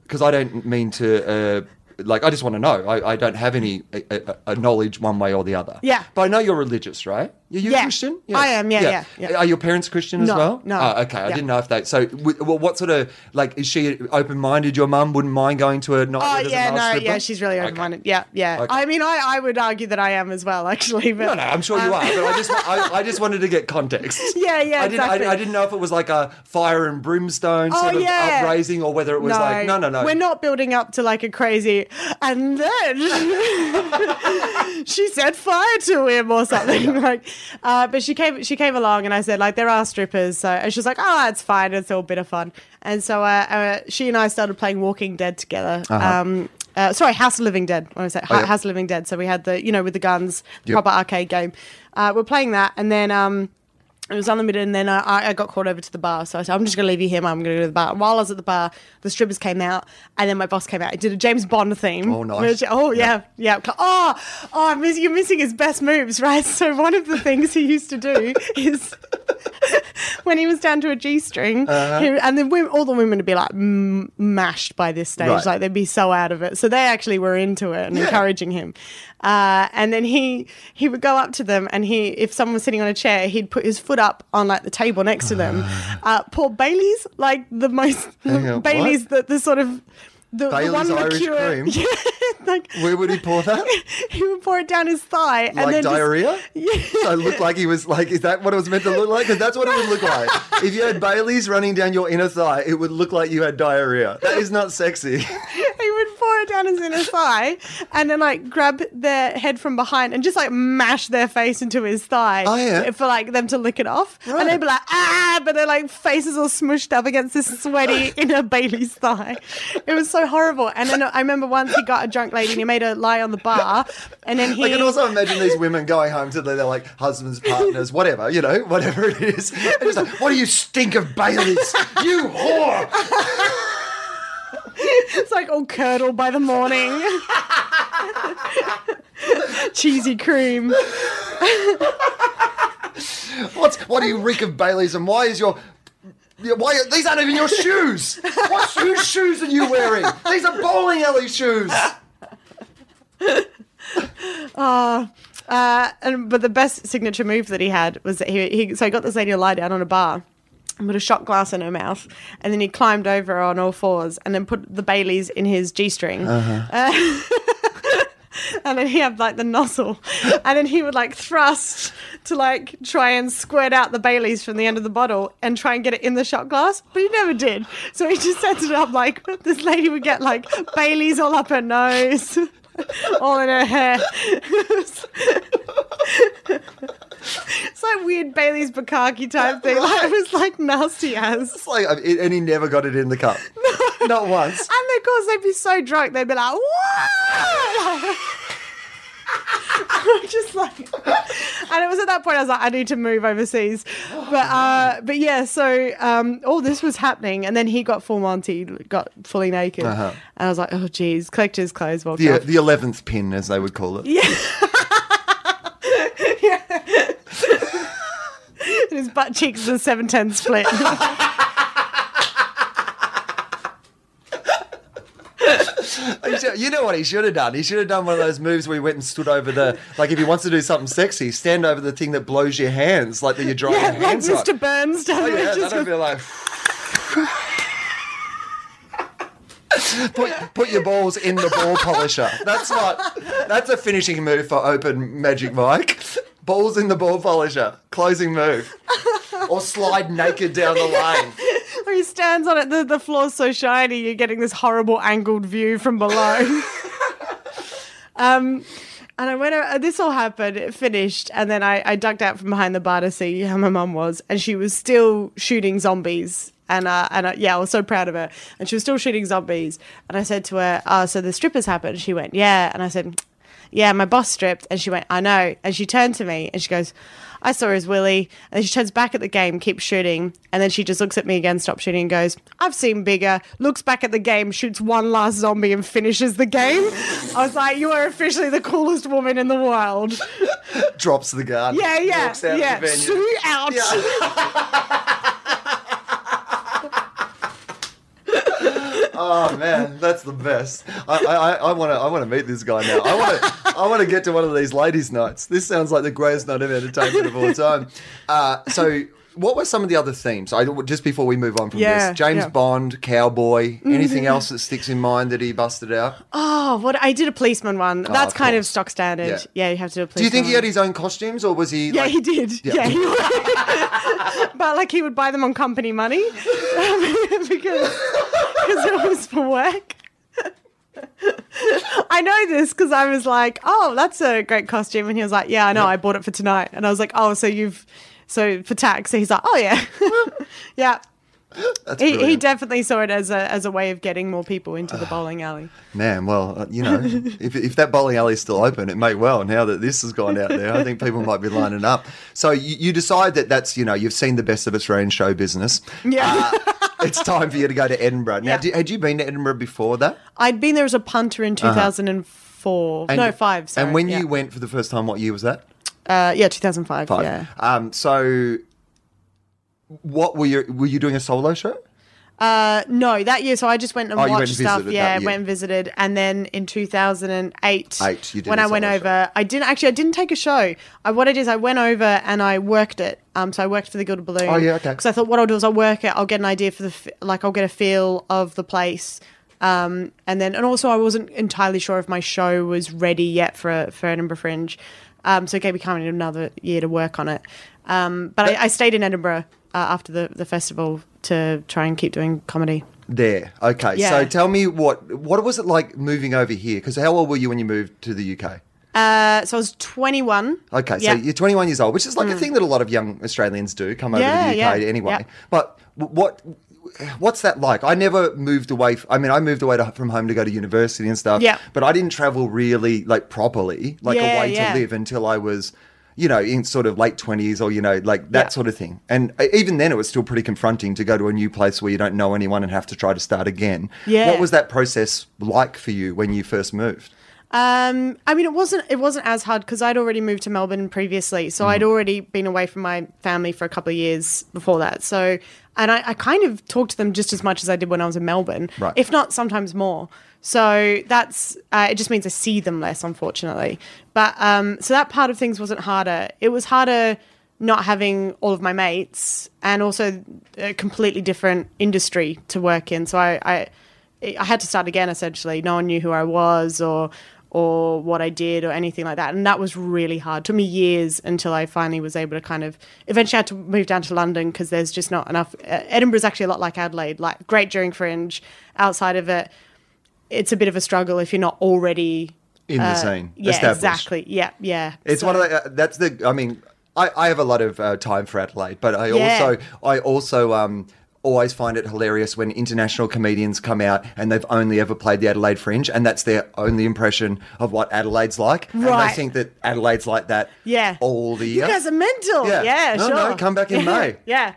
Speaker 2: because I don't mean to. Uh, like I just want to know. I, I don't have any uh uh uh knowledge one way or the other.
Speaker 3: Yeah.
Speaker 2: but I know you're religious, right? Are you
Speaker 3: Yeah.
Speaker 2: Christian?
Speaker 3: I am, yeah, yeah, yeah.
Speaker 2: Are your parents Christian as
Speaker 3: No,
Speaker 2: well?
Speaker 3: no.
Speaker 2: Oh, okay, I
Speaker 3: Yeah.
Speaker 2: didn't know if they. So, w- well, what sort of like is she open minded? Your mum wouldn't mind going to a night.
Speaker 3: Oh
Speaker 2: where there's a
Speaker 3: yeah,
Speaker 2: male
Speaker 3: no,
Speaker 2: stripper?
Speaker 3: yeah, she's really
Speaker 2: Okay.
Speaker 3: open-minded. Yeah, yeah.
Speaker 2: Okay.
Speaker 3: I mean, I, I would argue that I am as well, [laughs] actually. But
Speaker 2: No, no, I'm sure you are, but I just wa- I, I just wanted to get context.
Speaker 3: Um, [laughs] Yeah,
Speaker 2: I
Speaker 3: yeah,
Speaker 2: didn't,
Speaker 3: exactly. Oh,
Speaker 2: I, I didn't know if it was like a fire and brimstone sort of
Speaker 3: yeah.
Speaker 2: upraising or whether it was like no, no, no.
Speaker 3: We're not building up to like a crazy. And then [laughs] she said fire to him or something. Like, uh, but she came. She came along, and I said like there are strippers. So and she was like, oh, it's fine. It's all a bit of fun. And so uh, uh, she and I started playing Walking Dead together. Um, uh, sorry, House of Living Dead. What was it?
Speaker 2: Uh-huh. Oh, yeah.
Speaker 3: House of Living Dead. So we had the you know with the guns
Speaker 2: Yep.
Speaker 3: proper arcade game. Uh, we're playing that, and then. Um, it was unlimited, and then I, I got called over to the bar. So I said, "I'm just going to leave you here, Mum. I'm going to go to the bar." And while I was at the bar, the strippers came out, and then my boss came out. It did a James Bond theme.
Speaker 2: Oh, nice.
Speaker 3: Which- oh yeah, yeah. Oh, oh, I'm miss- you're missing his best moves, [laughs] right? So one of the things he used to do [laughs] is when he was down to a G string,
Speaker 2: Uh-huh.
Speaker 3: and the women, all the women would be like m- mashed by this stage,
Speaker 2: Right.
Speaker 3: like they'd be so out of it. So they actually were into it and encouraging him. Uh, and then he he would go up to them, and he if someone was sitting on a chair, he'd put his foot up on like the table next to them. Uh, Paul Bailey's like the most
Speaker 2: Ah. Hang on,
Speaker 3: [laughs] Bailey's the, the sort of. The, the
Speaker 2: Bailey's
Speaker 3: one
Speaker 2: Irish
Speaker 3: liqueur,
Speaker 2: cream?
Speaker 3: [laughs] Yeah, like
Speaker 2: Where would he pour that?
Speaker 3: he would pour it down his thigh [laughs] and
Speaker 2: like
Speaker 3: then just-
Speaker 2: diarrhea?
Speaker 3: [laughs] Yeah.
Speaker 2: So it looked like he was like, is that what it was meant to look like? Because that's what it would look like. If you had Bailey's running down your inner thigh, it would look like you had diarrhea. That is not sexy. [laughs]
Speaker 3: [laughs] he would pour it down his inner thigh and then like grab their head from behind and just like mash their face into his thigh
Speaker 2: Oh, yeah.
Speaker 3: for like them to lick it off.
Speaker 2: Right.
Speaker 3: And they'd be like, ah, but their like faces all smushed up against this
Speaker 2: [laughs]
Speaker 3: sweaty inner Bailey's thigh. It was so horrible. And then I remember once he got a drunk lady and he made her lie on the bar and then he
Speaker 2: I can also imagine these women going home to their, their like husbands, partners, whatever, you know, whatever it is. And just like, what do you stink of Bailey's? You whore!
Speaker 3: it's like all curdled by
Speaker 2: [laughs]
Speaker 3: the morning. [laughs] Cheesy cream.
Speaker 2: What's, what do you reek of Bailey's and why is your. yeah, Why these aren't even your shoes? What whose shoes are you wearing? These are bowling alley shoes.
Speaker 3: and but the best signature move that he had was that he, he so he got this lady to lie down on a bar and put a shot glass in her mouth and then he climbed over on all fours and then put the baileys in his g-string Uh, [laughs] and then he had like the nozzle and then he would like thrust to like try and squirt out the baileys from the end of the bottle and try and get it in the shot glass but he never did so he just ended up like this lady would get like baileys all up her nose [laughs] all in her hair. [laughs] it's like weird Bailey's Bukaki type thing. Like, it was like nasty as.
Speaker 2: It's like, it, and he never got it in the
Speaker 3: [laughs]
Speaker 2: cup. Not once.
Speaker 3: And of course, they'd be so drunk, they'd be like, "What?" [laughs] I'm just like, [laughs] and it was at that point I was like, I need to move overseas, but uh, but yeah, so um, all this was happening, and then he got full Monty, got fully naked,
Speaker 2: Uh-huh.
Speaker 3: and I was like, oh geez, collected his clothes, walked
Speaker 2: The,
Speaker 3: off. [laughs]
Speaker 2: the 11th pin, as they would call it.
Speaker 3: [laughs] And his butt cheeks are seven ten split. [laughs]
Speaker 2: He should- You know what he should have done? He should have done one of those moves where he went and stood over the, like if he wants to do something sexy, stand over the thing that blows your hands, like that you dry
Speaker 3: yeah,
Speaker 2: your
Speaker 3: like
Speaker 2: hands
Speaker 3: Mr.
Speaker 2: on.
Speaker 3: Burns does.
Speaker 2: Oh, yeah,
Speaker 3: it, just
Speaker 2: that'd
Speaker 3: goes,
Speaker 2: be like. put, put your balls in the ball polisher. That's not. That's a finishing move for open Magic Mike. Balls in the ball polisher. Closing move. Or slide naked down the lane.
Speaker 3: Or [laughs] he stands on it. The, the floor's so shiny, you're getting this horrible angled view from below. um, and I went. o- This all happened. It finished, and then I, I ducked out from behind the bar to see how my mum was, and she was still shooting zombies. And uh, and uh, yeah, I was so proud of her. And she was still shooting zombies. And I said to her, "Oh, so the strippers happened?" She went, "Yeah." And I said, "Yeah, my boss stripped." And she went, "I know." And she turned to me and she goes. I saw his willy, and she turns back at the game, keeps shooting, and then she just looks at me again, stops shooting, and goes, "I've seen bigger." Looks back at the game, shoots one last zombie, and finishes the game. I was like, "You are officially the coolest woman in the world."
Speaker 2: Drops the guard.
Speaker 3: Yeah, yeah,
Speaker 2: walks out of the
Speaker 3: yeah.
Speaker 2: venue.
Speaker 3: Sue out.
Speaker 2: Oh man, that's the best. I I, I want to I want to meet this guy now. I want to I want to get to one of these ladies' nights. This sounds like the greatest night of entertainment of all time. Uh, so. What were some of the other themes? I just before we move on from
Speaker 3: Yeah,
Speaker 2: this, James
Speaker 3: yeah. Mm-hmm.
Speaker 2: Bond, cowboy. Anything else that sticks in mind that he busted out?
Speaker 3: Oh, what I did a policeman one. That's
Speaker 2: Oh, of
Speaker 3: kind of
Speaker 2: course.
Speaker 3: stock standard.
Speaker 2: Yeah.
Speaker 3: Yeah. you have to do a policeman.
Speaker 2: Do you think he had
Speaker 3: one.
Speaker 2: his own costumes, or was he?
Speaker 3: Yeah,
Speaker 2: like,
Speaker 3: he did.
Speaker 2: Yeah.
Speaker 3: Yeah, he but like he would [laughs] buy them on company money [laughs] because because it was for work. [laughs] I know this because I was like, "Oh, that's a great costume," and he was like, "Yeah, I know. I bought it for tonight." And I was like, "Oh, so you've so for tax?" And he's like, "Oh yeah, [laughs] yeah."
Speaker 2: That's
Speaker 3: He, he
Speaker 2: brilliant.
Speaker 3: definitely saw it as a as a way of getting more people
Speaker 2: [sighs]
Speaker 3: into the bowling alley.
Speaker 2: Man, well, uh, you
Speaker 3: [laughs]
Speaker 2: know, if, if that bowling alley's still open, it may well. Now that this has gone out there, I think people might be lining up. So you, you decide that that's, you know, you've seen the best of Australian show business.
Speaker 3: Yeah.
Speaker 2: Uh, it's time for you to go to Edinburgh. Now,
Speaker 3: Yeah.
Speaker 2: did, had you been to Edinburgh before that?
Speaker 3: [sighs] I'd been there as a punter in 2004.
Speaker 2: Uh-huh. And-
Speaker 3: no, five. Sorry.
Speaker 2: And when
Speaker 3: yeah.
Speaker 2: you went for the first time, what year was that?
Speaker 3: uh, yeah, 2005.
Speaker 2: Five.
Speaker 3: Yeah,
Speaker 2: Um, so, what were you? Were you doing a solo show?
Speaker 3: uh, no, that year. So I just went and
Speaker 2: Oh, you
Speaker 3: watched
Speaker 2: went and
Speaker 3: stuff.
Speaker 2: visited
Speaker 3: Yeah,
Speaker 2: that year.
Speaker 3: went and visited, and then in 2008,
Speaker 2: Eight, you did
Speaker 3: when
Speaker 2: a
Speaker 3: I went
Speaker 2: solo show.
Speaker 3: over, I didn't actually. I didn't take a show. I, what I did is I went over and I worked it. Um, so I worked for the Gilded Balloon.
Speaker 2: Oh, yeah, okay.
Speaker 3: Because I thought what I'll do is I'll work it. I'll get an idea for the f- like I'll get a feel of the place. Um, and then and also I wasn't entirely sure if my show was ready yet for for Edinburgh Fringe. Um, so it gave me kind of another year to work on it. Um, but I, I stayed in Edinburgh uh, after the, the festival to try and keep doing comedy.
Speaker 2: There. Okay.
Speaker 3: Yeah.
Speaker 2: So tell me what what was it like moving over here? Because how old were you when you moved to the UK?
Speaker 3: Uh, so I was 21.
Speaker 2: Okay,
Speaker 3: Yeah.
Speaker 2: so you're 21 years old, which is like a thing that a lot of young Australians do, come over
Speaker 3: Yeah,
Speaker 2: to the
Speaker 3: yeah,
Speaker 2: UK anyway.
Speaker 3: yeah.
Speaker 2: But w- what what's that like? I never moved away. F- I mean, I moved away to, from home to go to university and stuff.
Speaker 3: Yeah.
Speaker 2: But I didn't travel really like properly, like
Speaker 3: Yeah,
Speaker 2: away
Speaker 3: yeah.
Speaker 2: to live until I was. You know, in sort of late twenties, or you know, like that
Speaker 3: Yeah.
Speaker 2: sort of thing, and uh, even then, it was still pretty confronting to go to a new place where you don't know anyone and have to try to start again.
Speaker 3: Yeah.
Speaker 2: what was that process like for you when you first moved?
Speaker 3: Um, I mean, it wasn't it wasn't as hard because I'd already moved to Melbourne previously, so I'd already been away from my family for a couple of years before that. So, and I, I kind of talked to them just as much as I did when I was in Melbourne,
Speaker 2: Right.
Speaker 3: if not sometimes more. So that's uh, it. Just means I see them less, unfortunately. But um, so that part of things wasn't harder. It was harder not having all of my mates and also a completely different industry to work in. So I. I I had to start again essentially. No one knew who I was or or what I did or anything like that. And that was really hard. took me years until I finally was able to kind of eventually I had to move down to London because there's just not enough. uh, Edinburgh's actually a lot like Adelaide, like great during fringe. Outside of it, it's a bit of a struggle if you're not already
Speaker 2: in the scene.
Speaker 3: Uh, Yeah,
Speaker 2: established.
Speaker 3: exactly. Yeah, yeah.
Speaker 2: It's
Speaker 3: So-
Speaker 2: one of the, uh, that's the I mean I, I have a lot of uh, time for Adelaide, but I
Speaker 3: Yeah.
Speaker 2: also I also um always find it hilarious when international comedians come out and they've only ever played the Adelaide Fringe and that's their only impression of what Adelaide's like. And I
Speaker 3: Right.
Speaker 2: think that Adelaide's like that
Speaker 3: Yeah.
Speaker 2: all the year.
Speaker 3: You guys are mental.
Speaker 2: Yeah.
Speaker 3: Yeah,
Speaker 2: No,
Speaker 3: sure.
Speaker 2: no, come back in
Speaker 3: [laughs] yeah.
Speaker 2: May. [laughs]
Speaker 3: Yeah.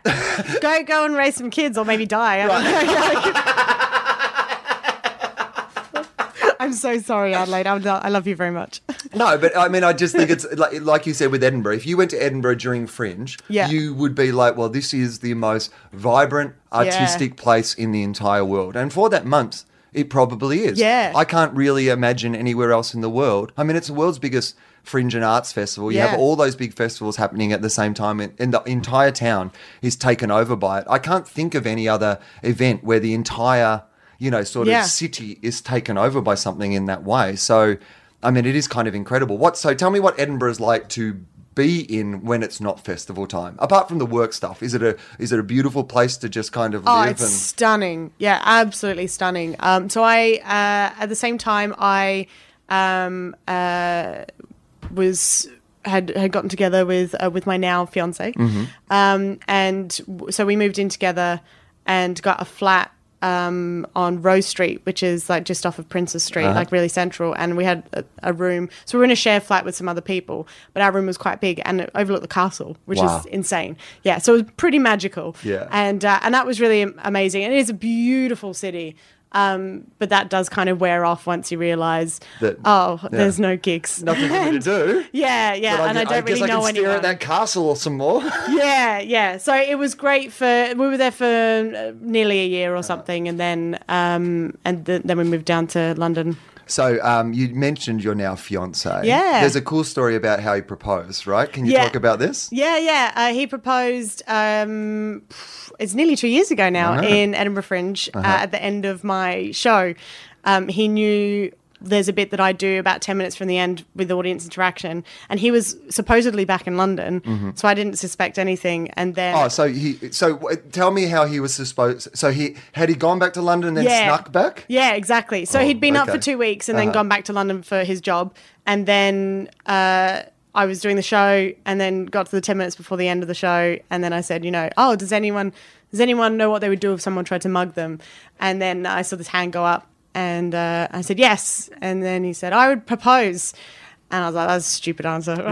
Speaker 3: go go and raise some kids or maybe die. I don't
Speaker 2: [laughs]
Speaker 3: know. [laughs] I'm so sorry, Adelaide. I'm not, I love you very much.
Speaker 2: No, but I mean, I just think it's like, like you said with Edinburgh. If you went to Edinburgh during Fringe,
Speaker 3: Yeah.
Speaker 2: you would be like, well, this is the most vibrant, artistic place in the entire world. And for that month, it probably is.
Speaker 3: Yeah.
Speaker 2: I can't really imagine anywhere else in the world. I mean, it's the world's biggest fringe and arts festival. You have
Speaker 3: Yeah.
Speaker 2: all those big festivals happening at the same time, and, and the entire town is taken over by it. I can't think of any other event where the entire, you know, sort
Speaker 3: Yeah.
Speaker 2: of city is taken over by something in that way. So, I mean, it is kind of incredible. What? So, tell me what Edinburgh's like to be in when it's not festival time. Apart from the work stuff, is it a is it a beautiful place to just kind of
Speaker 3: Oh,
Speaker 2: live
Speaker 3: it's
Speaker 2: and?
Speaker 3: stunning. Yeah, absolutely stunning. Um, so I, uh, at the same time, I um, uh, was had had gotten together with uh, with my now fiance,
Speaker 2: Mm-hmm.
Speaker 3: um, and w- so we moved in together and got a flat um, on Rose Street, which is like just off of Princess Street,
Speaker 2: Uh-huh.
Speaker 3: like really central. And we had a, a room, so we were in a shared flat with some other people, but our room was quite big and it overlooked the castle, which
Speaker 2: Wow.
Speaker 3: is insane. Yeah, so it was pretty magical
Speaker 2: Yeah.
Speaker 3: and uh, and that was really am- amazing. And it is a beautiful city, um, but that does kind of wear off once you realise,
Speaker 2: That-
Speaker 3: oh,
Speaker 2: yeah.
Speaker 3: there's no gigs.
Speaker 2: Nothing
Speaker 3: [laughs]
Speaker 2: for me to do.
Speaker 3: Yeah, yeah,
Speaker 2: But
Speaker 3: and I,
Speaker 2: can-
Speaker 3: don't
Speaker 2: guess
Speaker 3: really
Speaker 2: I
Speaker 3: know
Speaker 2: can stare
Speaker 3: anyone.
Speaker 2: at that castle some more.
Speaker 3: Yeah, yeah. So it was great for we were there for uh, nearly a year
Speaker 2: Uh-huh.
Speaker 3: or something, and then um, and th- then we moved down to London.
Speaker 2: so um, you mentioned your now fiance.
Speaker 3: Yeah.
Speaker 2: There's a cool story about how he proposed, right? Can you
Speaker 3: Yeah.
Speaker 2: talk about this?
Speaker 3: Yeah, yeah. Uh, he proposed. Um, it's nearly two years ago now in Edinburgh Fringe uh, at the end of my show. Um, he knew there's a bit that I do about ten minutes from the end with audience interaction, and he was supposedly back in London, so I didn't suspect anything. And then
Speaker 2: Oh, so he. So w- tell me how he was supposed. So he had he gone back to London and then
Speaker 3: Yeah.
Speaker 2: snuck
Speaker 3: [laughs]
Speaker 2: back. [laughs]
Speaker 3: Yeah, exactly. So
Speaker 2: Oh,
Speaker 3: he'd been up
Speaker 2: okay. Uh-huh.
Speaker 3: for two weeks and then gone back to London for his job. And then uh, I was doing the show and then got to the 10 minutes before the end of the show. And then I said, you know, oh, does anyone, does anyone know what they would do if someone tried to mug them? And then I saw this hand go up and uh, I said, yes. And then he said, I would propose. And I was like, that's a stupid answer. [laughs]
Speaker 2: what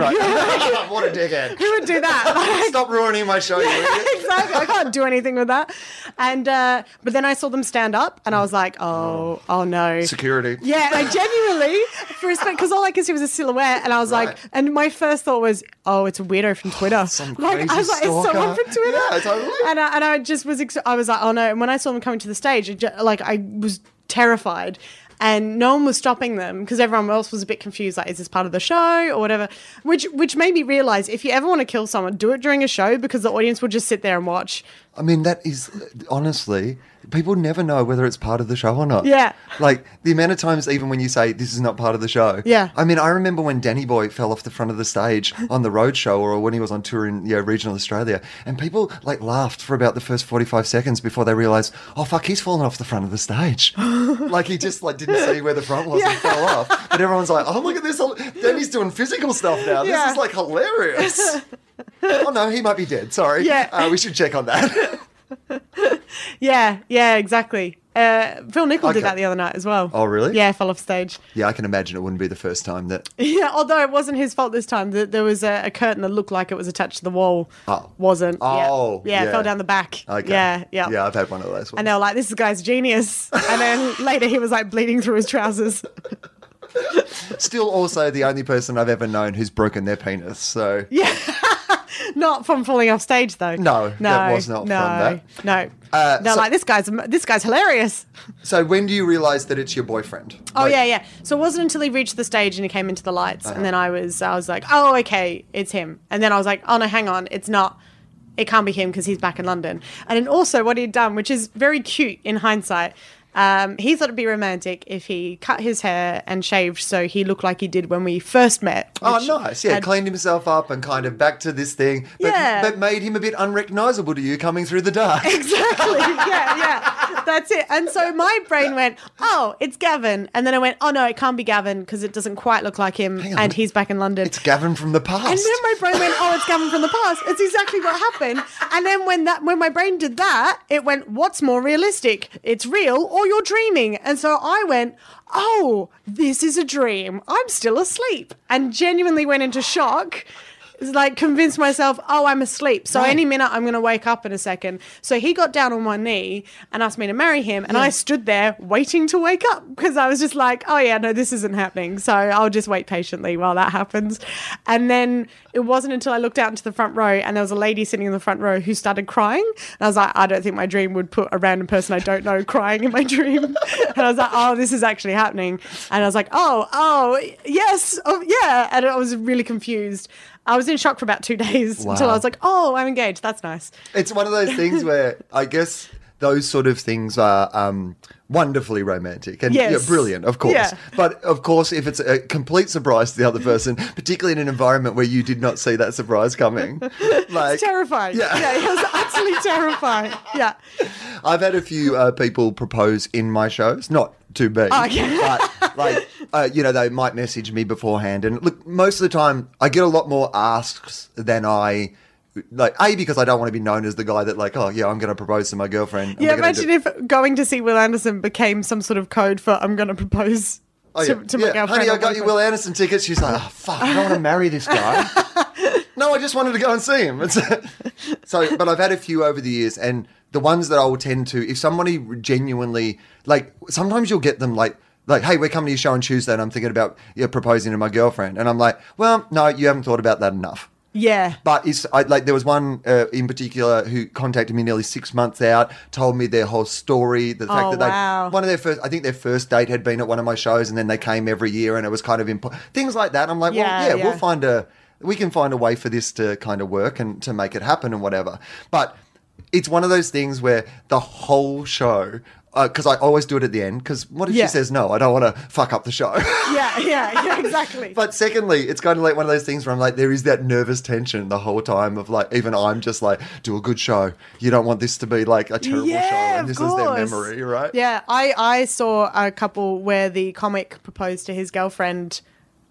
Speaker 2: a dickhead!
Speaker 3: Who would do that? [laughs]
Speaker 2: Stop ruining my show, you idiot.
Speaker 3: exactly. I can't do anything with that. And uh, but then I saw them stand up, and I was like, oh, oh no.
Speaker 2: Security.
Speaker 3: Yeah,
Speaker 2: [laughs]
Speaker 3: I genuinely, for respect, because all I could see was a silhouette, and I was
Speaker 2: Right.
Speaker 3: like, and my first thought was, oh, it's a
Speaker 2: [sighs]
Speaker 3: weirdo from Twitter.
Speaker 2: Some
Speaker 3: like,
Speaker 2: crazy
Speaker 3: I was like, it's someone
Speaker 2: stalker.
Speaker 3: from Twitter.
Speaker 2: Yeah, totally.
Speaker 3: And I, and I just was, ex- I was like, oh no. And when I saw them coming to the stage, it ju- like, I was terrified. And no one was stopping them because everyone else was a bit confused. Like, is this part of the show or whatever? Which, which made me realize if you ever want to kill someone, do it during a show because the audience will just sit there and watch.
Speaker 2: I mean, that is honestly, people never know whether it's part of the show or not.
Speaker 3: Yeah.
Speaker 2: Like the amount of times, even when you say this is not part of the show.
Speaker 3: Yeah.
Speaker 2: I mean, I remember when Danny Boy fell off the front of the
Speaker 3: [laughs]
Speaker 2: stage on the road show, or when he was on tour in you know, regional Australia, and people like laughed for about the first forty-five seconds before they realised, oh fuck, he's fallen off the front of the
Speaker 3: [laughs]
Speaker 2: stage. like he just like didn't see where the front was and fell off. But everyone's like, oh look at this, Danny's doing physical stuff now. This
Speaker 3: Yeah.
Speaker 2: is like
Speaker 3: [laughs]
Speaker 2: hilarious. oh no, he might be dead. Sorry.
Speaker 3: Yeah.
Speaker 2: Uh, we should check on
Speaker 3: [laughs]
Speaker 2: that.
Speaker 3: Yeah, yeah, exactly. Uh, Phil Nichol did
Speaker 2: Okay.
Speaker 3: that the other night as well.
Speaker 2: Oh, really?
Speaker 3: Yeah, fell off stage.
Speaker 2: Yeah, I can imagine it wouldn't be the first time
Speaker 3: [laughs]
Speaker 2: that.
Speaker 3: Yeah, although it wasn't his fault this time. That there was a, a curtain that looked like it was attached to the wall.
Speaker 2: Oh.
Speaker 3: wasn't. Yeah.
Speaker 2: Oh,
Speaker 3: yeah,
Speaker 2: yeah.
Speaker 3: it fell down the back.
Speaker 2: Okay.
Speaker 3: Yeah, yeah,
Speaker 2: Yeah, I've had one of those. Ones.
Speaker 3: And they were like, "This
Speaker 2: [laughs]
Speaker 3: guy's genius." And then later he was like bleeding through his trousers. [laughs]
Speaker 2: Still, also the only person I've ever known who's broken their penis. So
Speaker 3: Yeah, not from falling off stage though.
Speaker 2: No,
Speaker 3: no,
Speaker 2: that was not from
Speaker 3: no,
Speaker 2: that.
Speaker 3: No,
Speaker 2: Uh,
Speaker 3: they're
Speaker 2: so-
Speaker 3: like, "This guy's this guy's hilarious."
Speaker 2: so when do you realize that it's your boyfriend?
Speaker 3: Oh
Speaker 2: Like, Uh-huh.
Speaker 3: yeah, yeah. So it wasn't until he reached the stage and he came into the lights, and then I was, I was like, oh okay, it's him. And then I was like, oh no, hang on, it's not. It can't be him because he's back in London. And then also what he'd done, which is very cute in hindsight, Um, he thought it'd be romantic if he cut his hair and shaved so he looked like he did when we first met.
Speaker 2: Oh,
Speaker 3: which
Speaker 2: nice. Yeah,
Speaker 3: had-
Speaker 2: cleaned himself up and kind of back to this thing, but,
Speaker 3: Yeah.
Speaker 2: but made him a bit unrecognizable to you coming through the
Speaker 3: [laughs]
Speaker 2: dark.
Speaker 3: [laughs] Exactly. Yeah, yeah. That's it. And so my brain went, oh, it's Gavin. And then I went, oh, no, it can't be Gavin because it doesn't quite look like him.
Speaker 2: Hang on.
Speaker 3: And he's back in London.
Speaker 2: It's Gavin from the
Speaker 3: And
Speaker 2: past.
Speaker 3: then my brain went, "Oh, it's Gavin from the past." It's exactly what happened. And then when that, when my brain did that, it went, "What's more realistic? It's real or you're dreaming?" And so I went, "Oh, this is a dream. I'm still asleep," and genuinely went into shock. Like convinced myself, oh, I'm asleep. So
Speaker 2: Right.
Speaker 3: any minute I'm going to wake up in a second. So he got down on one knee and asked me to marry him, and I stood there waiting to wake up because I was just like, oh yeah, no, this isn't happening. So I'll just wait patiently while that happens. And then it wasn't until I looked out into the front row and there was a lady sitting in the front row who started crying, and I was like, I don't think my dream would put a random person I don't know crying in my dream. [laughs] and I was like, oh, this is actually happening. And I was like, oh, oh, yes, oh yeah. And I was really confused. I was in shock for about two [laughs] days until I
Speaker 2: Wow.
Speaker 3: was like, oh, I'm engaged. That's nice.
Speaker 2: It's one of those things where I guess those sort of things are um, wonderfully romantic and
Speaker 3: Yes.
Speaker 2: yeah, brilliant, of course.
Speaker 3: Yeah.
Speaker 2: But of course, if it's a complete surprise to the other person, particularly in an environment where you did not see that surprise
Speaker 3: [laughs]
Speaker 2: coming, like
Speaker 3: terrifying.
Speaker 2: Yeah.
Speaker 3: Yeah. it was absolutely terrifying. Yeah.
Speaker 2: I've had a few uh, people propose in my shows, not to me,
Speaker 3: Ah, Okay.
Speaker 2: but like uh, you know they might message me beforehand. And look, most of the time I get a lot more asks than I like. A because I don't want to be known as the guy that like, oh yeah, I'm going to propose to my girlfriend. and
Speaker 3: Yeah,
Speaker 2: we're gonna do-
Speaker 3: imagine if going to see Will Anderson became some sort of code for I'm going to propose
Speaker 2: Oh,
Speaker 3: to,
Speaker 2: yeah.
Speaker 3: to my
Speaker 2: Yeah.
Speaker 3: girlfriend.
Speaker 2: Honey,
Speaker 3: or
Speaker 2: I got you Will
Speaker 3: boyfriend."
Speaker 2: Anderson tickets. She's like, oh, fuck, I don't want to marry this
Speaker 3: [laughs]
Speaker 2: guy. no, I just wanted to go and see him. It's- [laughs] so, but I've had a few over the years, and the ones that I will tend to, if somebody genuinely, like, sometimes you'll get them like, like, hey, we're coming to your show on Tuesday, and I'm thinking about yeah, proposing to my girlfriend, and I'm like, well, no, you haven't thought about that enough.
Speaker 3: Yeah. [laughs]
Speaker 2: But it's I, like there was one uh, in particular who contacted me nearly six months out, told me their whole story, the fact
Speaker 3: Oh,
Speaker 2: that they
Speaker 3: wow.
Speaker 2: one of their first, I think their first date had been at one of my shows, and then they came every year, and it was kind of important things like that. I'm like,
Speaker 3: Yeah,
Speaker 2: well, yeah,
Speaker 3: yeah.
Speaker 2: we'll find a we can find a way for this to kind of work and to make it happen and whatever. But it's one of those things where the whole show. Because I always do it at the end. Because what if
Speaker 3: Yeah.
Speaker 2: she says no? I don't want to fuck up the show. [laughs]
Speaker 3: Yeah, yeah, yeah, exactly.
Speaker 2: But secondly, it's kind of like one of those things where I'm like, there is that nervous tension the whole time of like, even I'm just like, do a good show. You don't want this to be like a terrible show,
Speaker 3: Yeah,
Speaker 2: and
Speaker 3: of
Speaker 2: this is their
Speaker 3: course.
Speaker 2: memory, right?
Speaker 3: Yeah, I, I saw a couple where the comic proposed to his girlfriend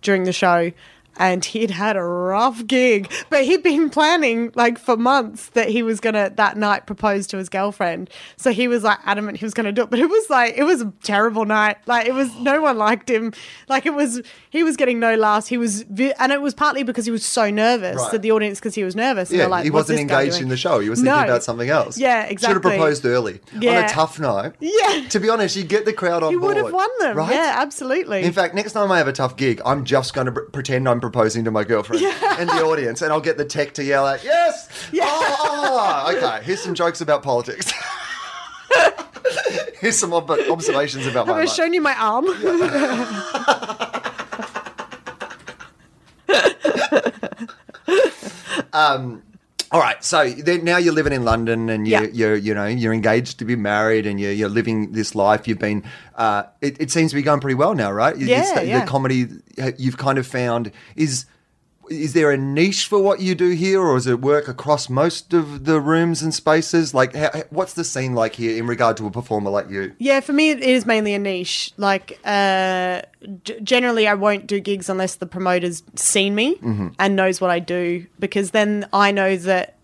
Speaker 3: during the show and he'd had a rough gig. But he'd been planning like for months that he was gonna that night propose to his girlfriend. So he was like adamant he was gonna do it. But it was like it was a terrible night. Like it was no one liked him. Like it was he was getting no laughs. He was vi- and it was partly because he was so nervous
Speaker 2: Right.
Speaker 3: that the audience because he was nervous. and
Speaker 2: Yeah,
Speaker 3: they're like,
Speaker 2: he
Speaker 3: "What's
Speaker 2: wasn't
Speaker 3: this guy
Speaker 2: engaged
Speaker 3: doing?"
Speaker 2: in the show. He was thinking
Speaker 3: No.
Speaker 2: about something else.
Speaker 3: Yeah,
Speaker 2: Should have
Speaker 3: exactly.
Speaker 2: proposed early on
Speaker 3: Yeah.
Speaker 2: a tough night.
Speaker 3: Yeah.
Speaker 2: To be honest, you get the crowd on
Speaker 3: You
Speaker 2: board.
Speaker 3: would have won them.
Speaker 2: right?
Speaker 3: Yeah, absolutely.
Speaker 2: In fact, next time I have a tough gig, I'm just going to pr- pretend I'm proposing to my girlfriend and the audience, and I'll get the tech to yell out, "Yes!
Speaker 3: Yeah.
Speaker 2: Oh, oh, okay, here's some jokes about
Speaker 3: [laughs]
Speaker 2: politics. here's some ob- observations about
Speaker 3: Have
Speaker 2: my
Speaker 3: I
Speaker 2: life."
Speaker 3: shown you my arm?
Speaker 2: All right, so then now you're living in London, and you,
Speaker 3: Yeah.
Speaker 2: you're you know you're engaged to be married, and you're, you're living this life. You've been uh, it, it seems to be going pretty well now, right? You- you
Speaker 3: Yeah,
Speaker 2: sta-
Speaker 3: yeah.
Speaker 2: The comedy uh, you've kind of found is is there a niche for what you do here, or does it work across most of the rooms and spaces? Like, how, how- what's the scene like here in regard to a performer like you?
Speaker 3: [laughs] Yeah, for me, it is mainly a niche. Like, uh, g- generally, I won't do gigs unless the promoter's seen me
Speaker 2: Mm-hmm.
Speaker 3: and knows what I do, because then I know that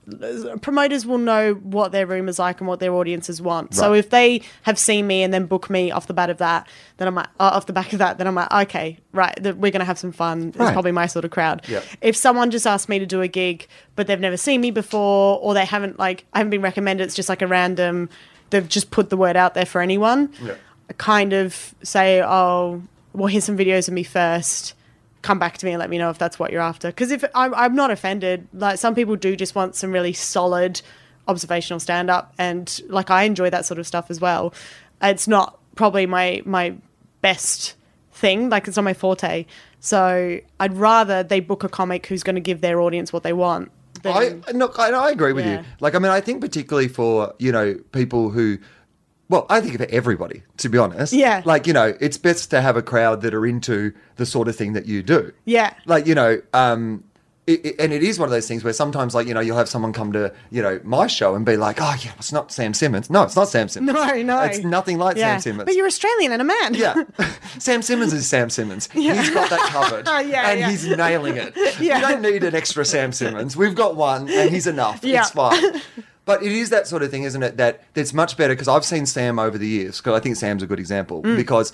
Speaker 3: promoters will know what their room is like and what their audiences want. So
Speaker 2: Right.
Speaker 3: if they have seen me and then book me off the bat of that, then I'm like, uh, off the back of that, then I'm like, okay, right, th- we're gonna have some fun. It's
Speaker 2: Right.
Speaker 3: probably my sort of crowd.
Speaker 2: Yeah.
Speaker 3: If someone just asked me to do a gig, but they've never seen me before, or they haven't like, I haven't been recommended, it's just like a random. They've just put the word out there for anyone.
Speaker 2: Yeah.
Speaker 3: I kind of say, oh, well, here's some videos of me first. Come back to me and let me know if that's what you're after. Because if I'm, I'm not offended, like some people do just want some really solid observational stand up, and like I enjoy that sort of stuff as well. It's not probably my my best thing, like it's not my forte. So I'd rather they book a comic who's going to give their audience what they want.
Speaker 2: I
Speaker 3: Than,
Speaker 2: no, I, I agree with
Speaker 3: Yeah.
Speaker 2: you. Like, I mean, I think particularly for you know people who. Well, I think for everybody, to be honest.
Speaker 3: Yeah.
Speaker 2: Like, you know, it's best to have a crowd that are into the sort of thing that you do.
Speaker 3: Yeah.
Speaker 2: Like, you know, um, it, it- and it is one of those things where sometimes, like, you know, you'll have someone come to, you know, my show and be like, oh, yeah, it's not Sam Simmons. No, it's not Sam Simmons.
Speaker 3: No, no.
Speaker 2: It's nothing like
Speaker 3: yeah.
Speaker 2: Sam Simmons.
Speaker 3: But you're Australian and a [laughs] man.
Speaker 2: Yeah. Sam Simmons is Sam Simmons. He's got that covered.
Speaker 3: [laughs] Oh, yeah,
Speaker 2: and
Speaker 3: yeah.
Speaker 2: he's nailing
Speaker 3: [laughs]
Speaker 2: it.
Speaker 3: Yeah.
Speaker 2: You don't need an extra Sam Simmons. We've got one and he's enough.
Speaker 3: Yeah.
Speaker 2: It's
Speaker 3: [laughs]
Speaker 2: fine. But it is that sort of thing, isn't it? That that's much better because I've seen Sam over the years. Because I think Sam's a good example
Speaker 3: Mm.
Speaker 2: because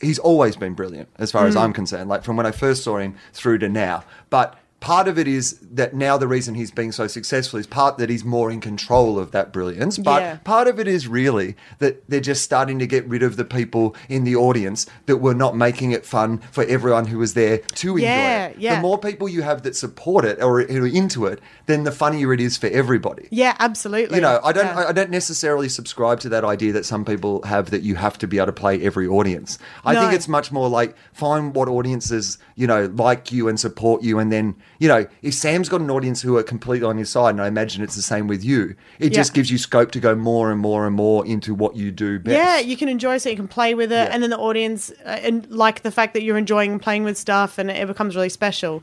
Speaker 2: he's always been brilliant as far as I'm concerned. Like from when I first saw him through to now. But part of it is that now the reason he's being so successful is part that he's more in control of that brilliance. But
Speaker 3: Yeah.
Speaker 2: part of it is really that they're just starting to get rid of the people in the audience that were not making it fun for everyone who was there to enjoy
Speaker 3: Yeah,
Speaker 2: it.
Speaker 3: yeah.
Speaker 2: The more people you have that support it or who are into it, then the funnier it is for everybody.
Speaker 3: Yeah, absolutely.
Speaker 2: You know, I don't,
Speaker 3: Yeah.
Speaker 2: I- I don't necessarily subscribe to that idea that some people have that you have to be able to play every audience. I
Speaker 3: No.
Speaker 2: think it's much more like find what audiences you know like you and support you, and then you know if Sam's got an audience who are completely on his side, and I imagine it's the same with you. It
Speaker 3: Yeah.
Speaker 2: just gives you scope to go more and more and more into what you do best.
Speaker 3: Yeah, you can enjoy so you can play with it, and then the audience uh, and like the fact that you're enjoying and playing with stuff, and it becomes really special.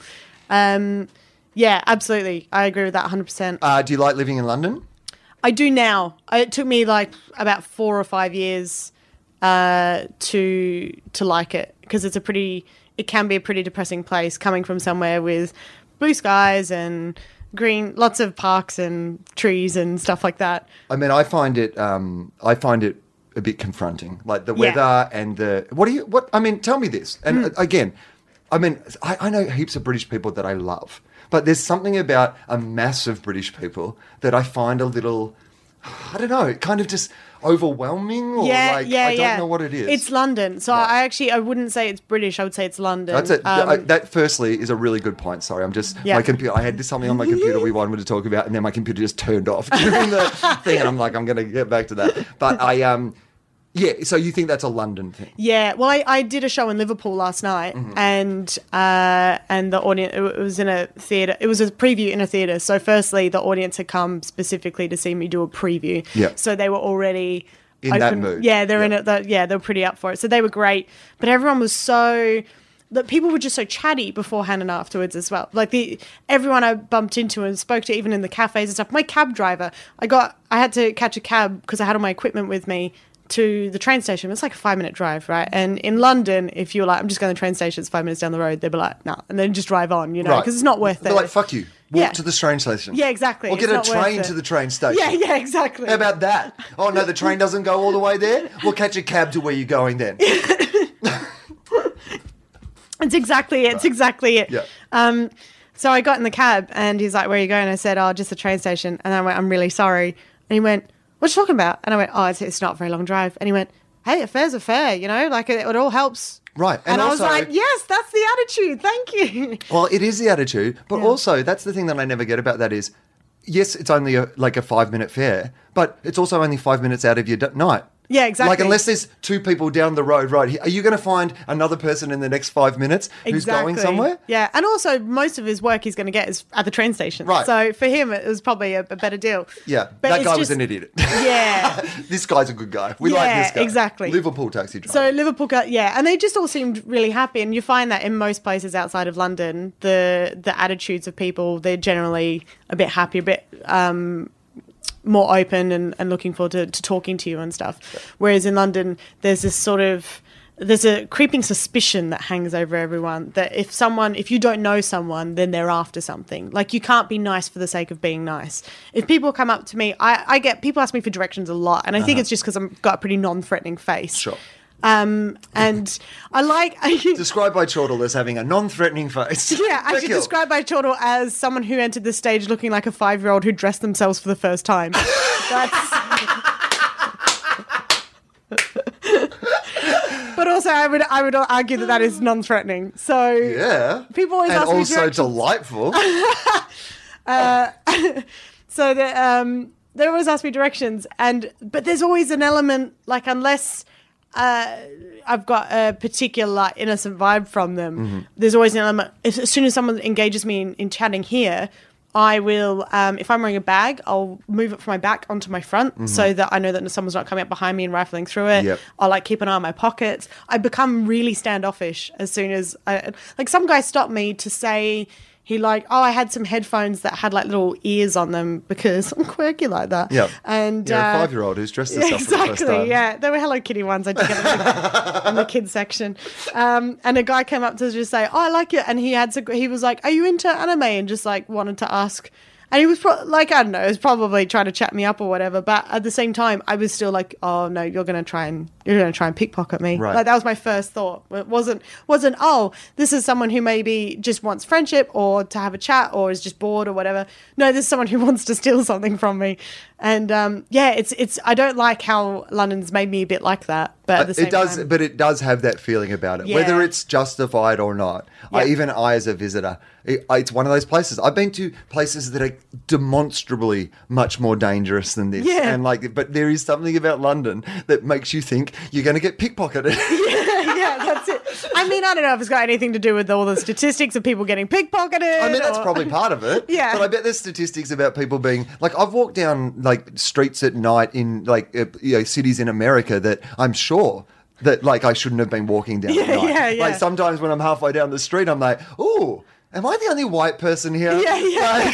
Speaker 3: Um, yeah, absolutely, I agree with that 100. percent
Speaker 2: Uh, do you like living in London?
Speaker 3: I do now. I- It took me like about four or five years uh, to to like it because it's a pretty. It can be a pretty depressing place coming from somewhere with blue skies and green, lots of parks and trees and stuff like that.
Speaker 2: I mean, I find it, um, I find it a bit confronting, like the
Speaker 3: Yeah. Hmm.
Speaker 2: weather and the what do you what? I mean, tell me this, and uh, again, I mean, I, I know heaps of British people that I love, but there's something about a mass of British people that I find a little, I don't know, kind of just overwhelming, or like I don't know what it is.
Speaker 3: It's London, so I actually I wouldn't say it's British. I would say it's London.
Speaker 2: That's it.
Speaker 3: Um,
Speaker 2: I- that firstly is a really good point. Sorry, I'm just
Speaker 3: Yeah.
Speaker 2: my computer. I had this something on my computer we wanted to talk about, and then my computer just turned off [laughs] during the thing, and I'm like, I'm going to get back to that. But I um, yeah. So you think that's a London thing?
Speaker 3: Yeah, well, I, I did a show in Liverpool last night,
Speaker 2: Mm-hmm.
Speaker 3: and uh, and the audience it was in a theater. It was a preview in a theater. So, firstly, the audience had come specifically to see me do a preview.
Speaker 2: Yeah.
Speaker 3: So they were already
Speaker 2: In that mood.
Speaker 3: Yeah, they're in
Speaker 2: Yeah.
Speaker 3: it. that yeah, they were pretty up for it. So they were great, but everyone was so that people were just so chatty beforehand and afterwards as well. Like the everyone I bumped into and spoke to, even in the cafes and stuff. My cab driver, I got, I had to catch a cab because I had all my equipment with me to the train station. It's like a five minute drive, right? And in London, if you were like, I'm just going to the train station, it's five minutes down the road, they'd be like, no, and then just drive on, you know, because it's not worth
Speaker 2: They're
Speaker 3: it.
Speaker 2: like, fuck you. Walk
Speaker 3: Yeah.
Speaker 2: to the train station.
Speaker 3: Yeah, exactly.
Speaker 2: Or get
Speaker 3: It's
Speaker 2: a
Speaker 3: not worth
Speaker 2: train
Speaker 3: it.
Speaker 2: to the train station.
Speaker 3: yeah, yeah, exactly.
Speaker 2: How about that? Oh no, the train doesn't go all the way there. We'll catch a cab to where you're going
Speaker 3: [laughs]
Speaker 2: then.
Speaker 3: It's exactly it. It's exactly it.
Speaker 2: Yeah.
Speaker 3: Um, so I got in the cab and he's like, Where are you going? I said, Oh, just the train station. And I went, I'm really sorry. And he went, What you talking about? And I went, Oh, it's, it's not a very long drive. And he went, Hey, a fair's a fair, you know, like it, it all helps.
Speaker 2: Right,
Speaker 3: And,
Speaker 2: and
Speaker 3: I was
Speaker 2: also-
Speaker 3: like, Yes, that's the attitude. Thank you.
Speaker 2: Well, it is the attitude, but also that's the thing that I never get about that is, yes, it's only a, like a five minute fare, but it's also only five minutes out of your d- night.
Speaker 3: Yeah, exactly.
Speaker 2: Like unless there's two people down the road right here, are you going to find another person in the next five minutes who's going
Speaker 3: [laughs]
Speaker 2: somewhere?
Speaker 3: Yeah. And also, most of his work he's going to get is at the train station.
Speaker 2: Right.
Speaker 3: So for him, it was probably a, a better deal.
Speaker 2: Yeah,
Speaker 3: But
Speaker 2: that
Speaker 3: it's
Speaker 2: guy was
Speaker 3: just-
Speaker 2: an idiot. [laughs]
Speaker 3: Yeah.
Speaker 2: this guy's a good guy. We like
Speaker 3: Yeah,
Speaker 2: this guy.
Speaker 3: exactly.
Speaker 2: Liverpool taxi driver.
Speaker 3: So Liverpool, got- yeah, and they just all seemed really happy. And you find that in most places outside of London, the the attitudes of people they're generally a bit happy, a bit um, more open and, and looking forward to, to talking to you and stuff. Whereas in London, there's this sort of there's a creeping suspicion that hangs over everyone that if someone if you don't know someone then they're after something like you can't be nice for the sake of being nice if people come up to me i, I get people ask me for directions a lot and i think it's just because i've got a pretty non-threatening face
Speaker 2: sure.
Speaker 3: um, and I like. [laughs]
Speaker 2: Described by Chortle as having a non-threatening face.
Speaker 3: yeah, I should
Speaker 2: Beckhill.
Speaker 3: describe my chortle as someone who entered the stage looking like a five-year-old who dressed themselves for the first time. That's. [laughs] but also, I would I would argue that that is non-threatening. So
Speaker 2: Yeah.
Speaker 3: People always
Speaker 2: and
Speaker 3: ask me
Speaker 2: also
Speaker 3: directions. [laughs]
Speaker 2: delightful.
Speaker 3: so that um, they always ask me directions, and but there's always an element like unless uh, I've got a particular
Speaker 2: Mm-hmm.
Speaker 3: innocent vibe from them, there's always an element. As, as soon as someone engages me in, in chatting here, I will, um, if I'm wearing a bag, I'll move it from my back onto my front so that I know that someone's not coming up behind me and rifling through it.
Speaker 2: Mm-hmm. Yep.
Speaker 3: I'll like keep an eye on my pockets. I become really standoffish as soon as I, like some guy stopped me to say he like, oh, I had some headphones that had like little ears on them because [laughs] I'm quirky like that.
Speaker 2: Yeah.
Speaker 3: And
Speaker 2: You're a
Speaker 3: uh,
Speaker 2: five year old who's dressed
Speaker 3: yeah,
Speaker 2: herself for the first time.
Speaker 3: [laughs] exactly. Yeah, there were Hello Kitty ones. I
Speaker 2: [laughs]
Speaker 3: did get them in the kids section. Um, and a guy came up to just say, "Oh, I like it," and he had to- he was like, "Are you into anime?" and just like wanted to ask. And he was pro- like, I don't know, he was probably trying to chat me up or whatever. But at the same time, I was still like, oh no, you're gonna try and you're gonna try and pickpocket me.
Speaker 2: Right.
Speaker 3: Like that was my first thought. It wasn't wasn't oh, this is someone who maybe just wants friendship or to have a chat or is just bored or whatever. No, this is someone who [laughs] wants to steal something from me. And um, yeah, it's it's I don't like how London's made me a bit like that. But at the same
Speaker 2: Uh, it does,
Speaker 3: time,
Speaker 2: but it does have that feeling about it, whether
Speaker 3: Yeah.
Speaker 2: it's justified or not. I,
Speaker 3: Yeah.
Speaker 2: even I, as a visitor, it, it's one of those places. I've been to places that are demonstrably much more dangerous than this,
Speaker 3: Yeah.
Speaker 2: and like, but there is something about London that makes you think you're going to get
Speaker 3: [laughs]
Speaker 2: pickpocketed.
Speaker 3: yeah, that's it. I mean, I don't know if it's got anything to do with all the statistics of people getting pickpocketed.
Speaker 2: I mean, that's
Speaker 3: or-
Speaker 2: probably part of it.
Speaker 3: [laughs] Yeah.
Speaker 2: But I bet there's statistics about people being like, I've walked down like streets at night in like uh, you know cities in America that I'm sure. That like I shouldn't have been walking down. at
Speaker 3: Yeah,
Speaker 2: night.
Speaker 3: yeah, yeah.
Speaker 2: Like sometimes when I'm halfway down the street, I'm like, "Ooh, am I the only white person here?"
Speaker 3: Yeah, yeah.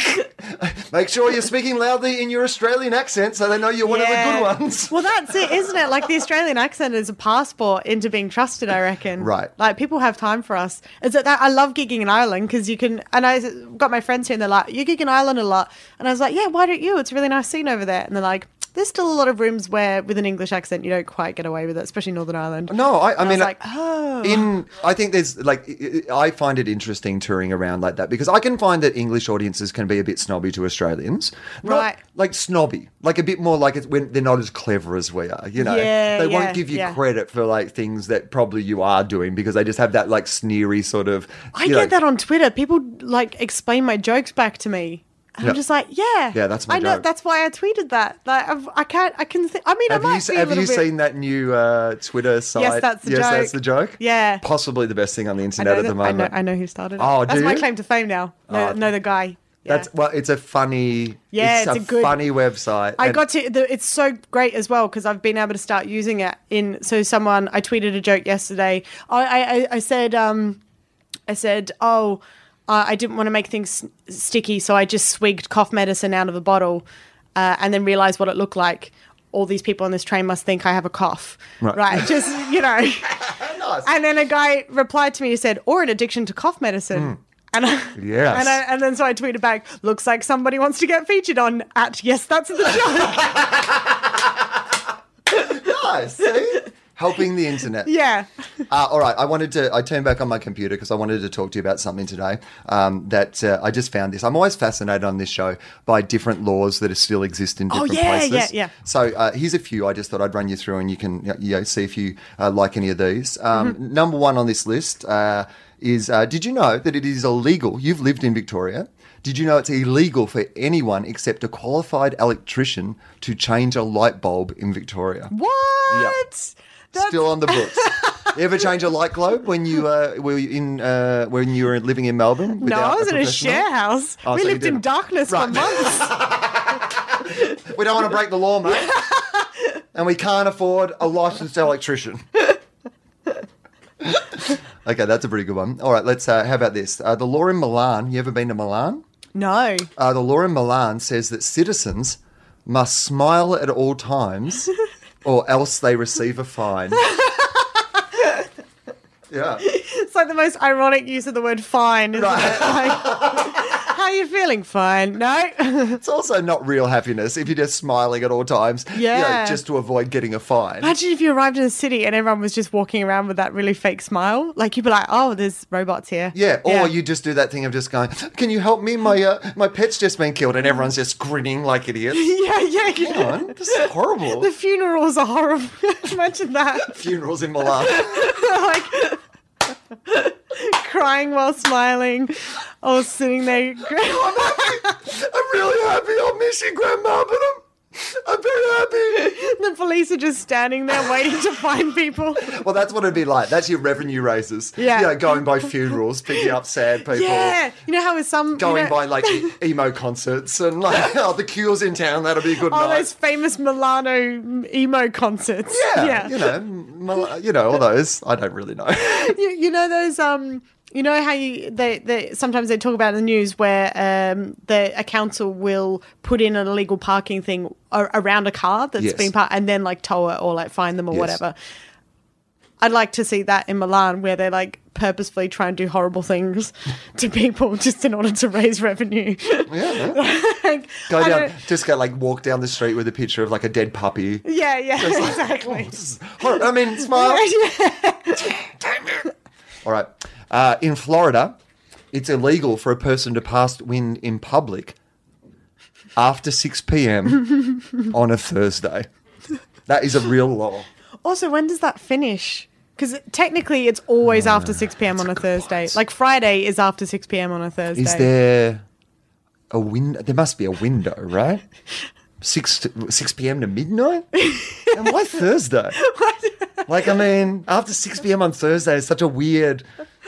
Speaker 2: [laughs] Like, make sure you're speaking loudly in your Australian accent so they know you're one of the good ones.
Speaker 3: Well, that's it, isn't it? Like the Australian accent is a passport into being trusted, I reckon.
Speaker 2: Right.
Speaker 3: Like people have time for us. Is that, that I love gigging in Ireland because you can, and I got my friends here and they're like, you gig in Ireland a lot. And I was like, yeah, why don't you? It's a really nice scene over there. And they're like, there's still a lot of rooms where with an English accent you don't quite get away with it, especially Northern Ireland.
Speaker 2: No, I, I
Speaker 3: And
Speaker 2: mean,
Speaker 3: was like, oh.
Speaker 2: in I think there's like I- I find it interesting touring around like that because I can find that English audiences can be a bit snobby to Australians, Not,
Speaker 3: Right.
Speaker 2: like snobby, like a bit more like it's when they're not as clever as we are. You know,
Speaker 3: Yeah,
Speaker 2: they
Speaker 3: yeah,
Speaker 2: won't give you
Speaker 3: yeah.
Speaker 2: credit for like things that probably you are doing because they just have that like sneery sort of.
Speaker 3: I
Speaker 2: you
Speaker 3: get
Speaker 2: know,
Speaker 3: that on Twitter. People like explain my jokes back to me. And
Speaker 2: Yeah.
Speaker 3: I'm just like, yeah,
Speaker 2: Yeah, that's my
Speaker 3: I know.
Speaker 2: joke.
Speaker 3: That's why I tweeted that. Like, I've, I can't. I can. Th- I mean,
Speaker 2: Have
Speaker 3: I might
Speaker 2: you
Speaker 3: be a
Speaker 2: have
Speaker 3: little
Speaker 2: you
Speaker 3: bit-
Speaker 2: seen that new uh, Twitter site?
Speaker 3: that's the
Speaker 2: yes,
Speaker 3: joke.
Speaker 2: that's the joke.
Speaker 3: Yeah.
Speaker 2: possibly the best thing on the
Speaker 3: I
Speaker 2: internet
Speaker 3: know,
Speaker 2: at the
Speaker 3: that- I know-
Speaker 2: moment.
Speaker 3: I know who started it.
Speaker 2: Oh,
Speaker 3: That's
Speaker 2: do
Speaker 3: my
Speaker 2: you?
Speaker 3: claim to fame now. Know,
Speaker 2: Oh.
Speaker 3: know the guy. Yeah.
Speaker 2: That's well, it's a funny.
Speaker 3: Yeah, it's a good-
Speaker 2: funny website.
Speaker 3: I
Speaker 2: and-
Speaker 3: got to. The, it's so great as well because I've been able to start using it. In so someone I tweeted a joke yesterday. I I, I- I said um, I said oh, uh, I didn't want to make things s- sticky, so I just swigged cough medicine out of a bottle, uh, and then realized what it looked like. All these people on this train must think I have a cough,
Speaker 2: Right.
Speaker 3: right? Just you know. [laughs]
Speaker 2: Nice.
Speaker 3: And then a guy replied to me, he said, or an addiction to cough medicine. And I,
Speaker 2: Hmm. Yes.
Speaker 3: and, I, and then so I tweeted back, looks like somebody wants to get featured on at Yes, That's the Joke.
Speaker 2: Nice. See? Helping the internet.
Speaker 3: yeah.
Speaker 2: Uh, all right. I wanted to. I turned back on my computer because I wanted to talk to you about something today. Um, that uh, I just found this. I'm always fascinated on this show by different laws that are still exist in
Speaker 3: Oh,
Speaker 2: different
Speaker 3: yeah,
Speaker 2: places.
Speaker 3: yeah, yeah.
Speaker 2: So uh, here's a few. I just thought I'd run you through, and you can you know, see if you uh, like any of these. Um,
Speaker 3: Mm-hmm.
Speaker 2: Number one on this list uh, is: uh, Did you know that it is illegal? You've lived in Victoria. Did you know it's illegal for anyone except a qualified electrician to change a light bulb in Victoria?
Speaker 3: What? That's-
Speaker 2: still on the
Speaker 3: [laughs]
Speaker 2: books. you ever change a light globe when you uh, were in uh, when you were living in Melbourne?
Speaker 3: no,
Speaker 2: without
Speaker 3: I was in a
Speaker 2: professional?
Speaker 3: share house.
Speaker 2: Oh,
Speaker 3: we
Speaker 2: so you
Speaker 3: lived in
Speaker 2: didn't.
Speaker 3: darkness
Speaker 2: Right. [laughs]
Speaker 3: for months.
Speaker 2: We don't want to break the law,
Speaker 3: [laughs]
Speaker 2: mate. and we can't afford a licensed
Speaker 3: [laughs]
Speaker 2: electrician. okay, that's a pretty good one. All right, let's. Uh, how about this? Uh, the law in Milan. You ever been to Milan?
Speaker 3: no.
Speaker 2: Uh, the law in Milan says that citizens must smile at all
Speaker 3: [laughs]
Speaker 2: times, or else they receive a fine. yeah.
Speaker 3: It's like the most ironic use of the word fine, isn't
Speaker 2: Right.
Speaker 3: it? Like, how you feeling? Fine. No. [laughs]
Speaker 2: It's also not real happiness if you're just smiling at all times. you know,
Speaker 3: Yeah.
Speaker 2: just to avoid getting a fine.
Speaker 3: Imagine if you arrived in a city and everyone was just walking around with that really fake smile. Like you'd be like, "Oh, there's robots here."
Speaker 2: Yeah, or you just do that thing of just going, "Can you help me? My uh, my pet's just been killed," and everyone's just grinning like
Speaker 3: [laughs]
Speaker 2: idiots.
Speaker 3: [laughs] Yeah, yeah.
Speaker 2: Hang on, this is horrible.
Speaker 3: The funerals are horrible. [laughs] Imagine that. [laughs]
Speaker 2: Funerals in Milan.
Speaker 3: like [laughs] crying while smiling or sitting there. [laughs]
Speaker 2: I'm really happy I'm missing grandma, but I'm I'm very happy.
Speaker 3: [laughs] the police are just standing there waiting to find people.
Speaker 2: Well, that's what it'd be like. That's your revenue raisers.
Speaker 3: Yeah.
Speaker 2: You know, going by funerals, picking up sad people.
Speaker 3: Yeah, you know how with some
Speaker 2: Going
Speaker 3: you know,
Speaker 2: by like e- emo concerts and like, [laughs] oh, the cure's in town, that'll be a good
Speaker 3: all
Speaker 2: night.
Speaker 3: those famous Milano emo concerts.
Speaker 2: yeah, You know, Mal- you know, all those. I don't really know. [laughs]
Speaker 3: you, you know those um you know how you they, they sometimes they talk about in the news where um the a council will put in an illegal parking thing a- around a car that's
Speaker 2: Yes.
Speaker 3: being parked and then like tow it or like fine them or
Speaker 2: Yes.
Speaker 3: whatever i'd like to see that in milan where they like purposefully try and do horrible things [laughs] to people just in order to raise revenue
Speaker 2: Yeah.
Speaker 3: [laughs] Like,
Speaker 2: Go
Speaker 3: I
Speaker 2: down,
Speaker 3: don't-
Speaker 2: just go like walk down the street with a picture of like a dead puppy. [laughs]
Speaker 3: yeah [laughs] yeah exactly
Speaker 2: Hor- I mean,
Speaker 3: [laughs]
Speaker 2: smile. All right. Uh, in Florida, it's illegal for a person to pass wind in public after 6 p.m.
Speaker 3: [laughs]
Speaker 2: on a Thursday. That is a real law.
Speaker 3: Also, when does that finish? Because technically, it's
Speaker 2: Oh,
Speaker 3: always after 6 p.m. on a, Thursday. Like Friday is after 6 p.m. on a Thursday.
Speaker 2: Is there a window? There must be a window,
Speaker 3: [laughs]
Speaker 2: right? 6 to, 6 p.m. to midnight? And why
Speaker 3: [laughs]
Speaker 2: Thursday? Like, I mean, after 6 p.m. on Thursday is such a weird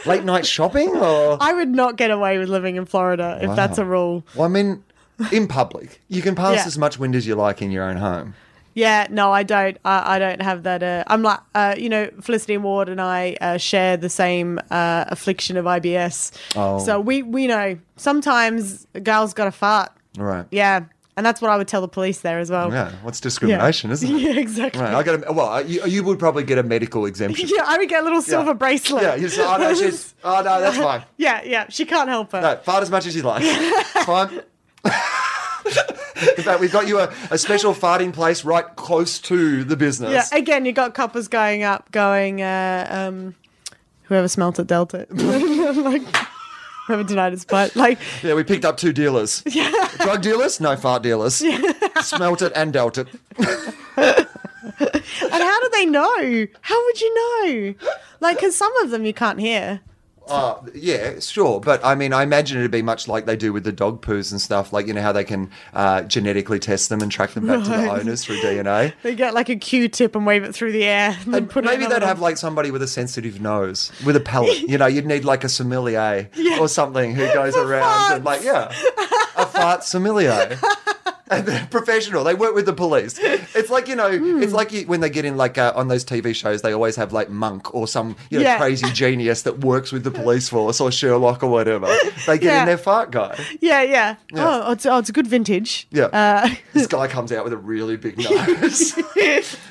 Speaker 2: late night shopping or.
Speaker 3: I would not get away with living in Florida if [laughs] that's
Speaker 2: Wow.
Speaker 3: a rule.
Speaker 2: Well, I mean, in public, you can pass
Speaker 3: Yeah.
Speaker 2: as much wind as you like in your own home.
Speaker 3: Yeah, no, I don't. I, I don't have that. Uh, I'm like, uh, you know, Felicity Ward and I uh, share the same uh, affliction of IBS.
Speaker 2: Oh.
Speaker 3: So we we know sometimes a girl's got a fart.
Speaker 2: Right.
Speaker 3: Yeah, and that's what I would tell the police there as well.
Speaker 2: Yeah. What's discrimination, isn't it?
Speaker 3: [laughs] Yeah, exactly.
Speaker 2: Right. I got a, well, you, you would probably get a medical
Speaker 3: [laughs]
Speaker 2: exemption.
Speaker 3: yeah, I would get a little silver
Speaker 2: Yeah.
Speaker 3: bracelet.
Speaker 2: Yeah. You say, oh, no, she's, oh, no,
Speaker 3: [laughs]
Speaker 2: that's fine.
Speaker 3: yeah, yeah. She can't help it.
Speaker 2: No, fart as much as you like. It's fine. [laughs] In fact, we've got you a, a special farting place right close to the
Speaker 3: Yeah,
Speaker 2: business.
Speaker 3: again, you got coppers going up, going, uh, um, whoever smelt it dealt it. [laughs] like, whoever denied its bite. Like,
Speaker 2: Yeah, we picked up two dealers. Yeah. Drug dealers? No, fart dealers. [laughs] Smelt it and dealt it.
Speaker 3: and how do they know? How would you know? Like, because some of them you can't hear.
Speaker 2: Uh, yeah, sure. But I mean, I imagine it'd be much like they do with the dog poos and stuff. Like, you know, how they can uh, genetically test them and track them back to the owners through DNA.
Speaker 3: They get like a Q-tip and wave it through the air. And then
Speaker 2: And
Speaker 3: put it
Speaker 2: maybe they'd
Speaker 3: another one.
Speaker 2: have like somebody with a sensitive nose, with a palate. You know, you'd need like a sommelier or something
Speaker 3: [laughs]
Speaker 2: who goes around and like, yeah, a fart sommelier. And they're professional. They work with the police. It's like you know, it's
Speaker 3: Hmm.
Speaker 2: like you, when they get in like uh, on those TV shows, they always have like monk or some you know
Speaker 3: Yeah.
Speaker 2: crazy genius that works with the police force or Sherlock or whatever. They get
Speaker 3: Yeah.
Speaker 2: in their fart guy.
Speaker 3: Yeah, yeah.
Speaker 2: Yeah.
Speaker 3: Oh, it's, oh, it's a good vintage.
Speaker 2: Yeah.
Speaker 3: Uh, [laughs]
Speaker 2: This guy comes out with a really big nose,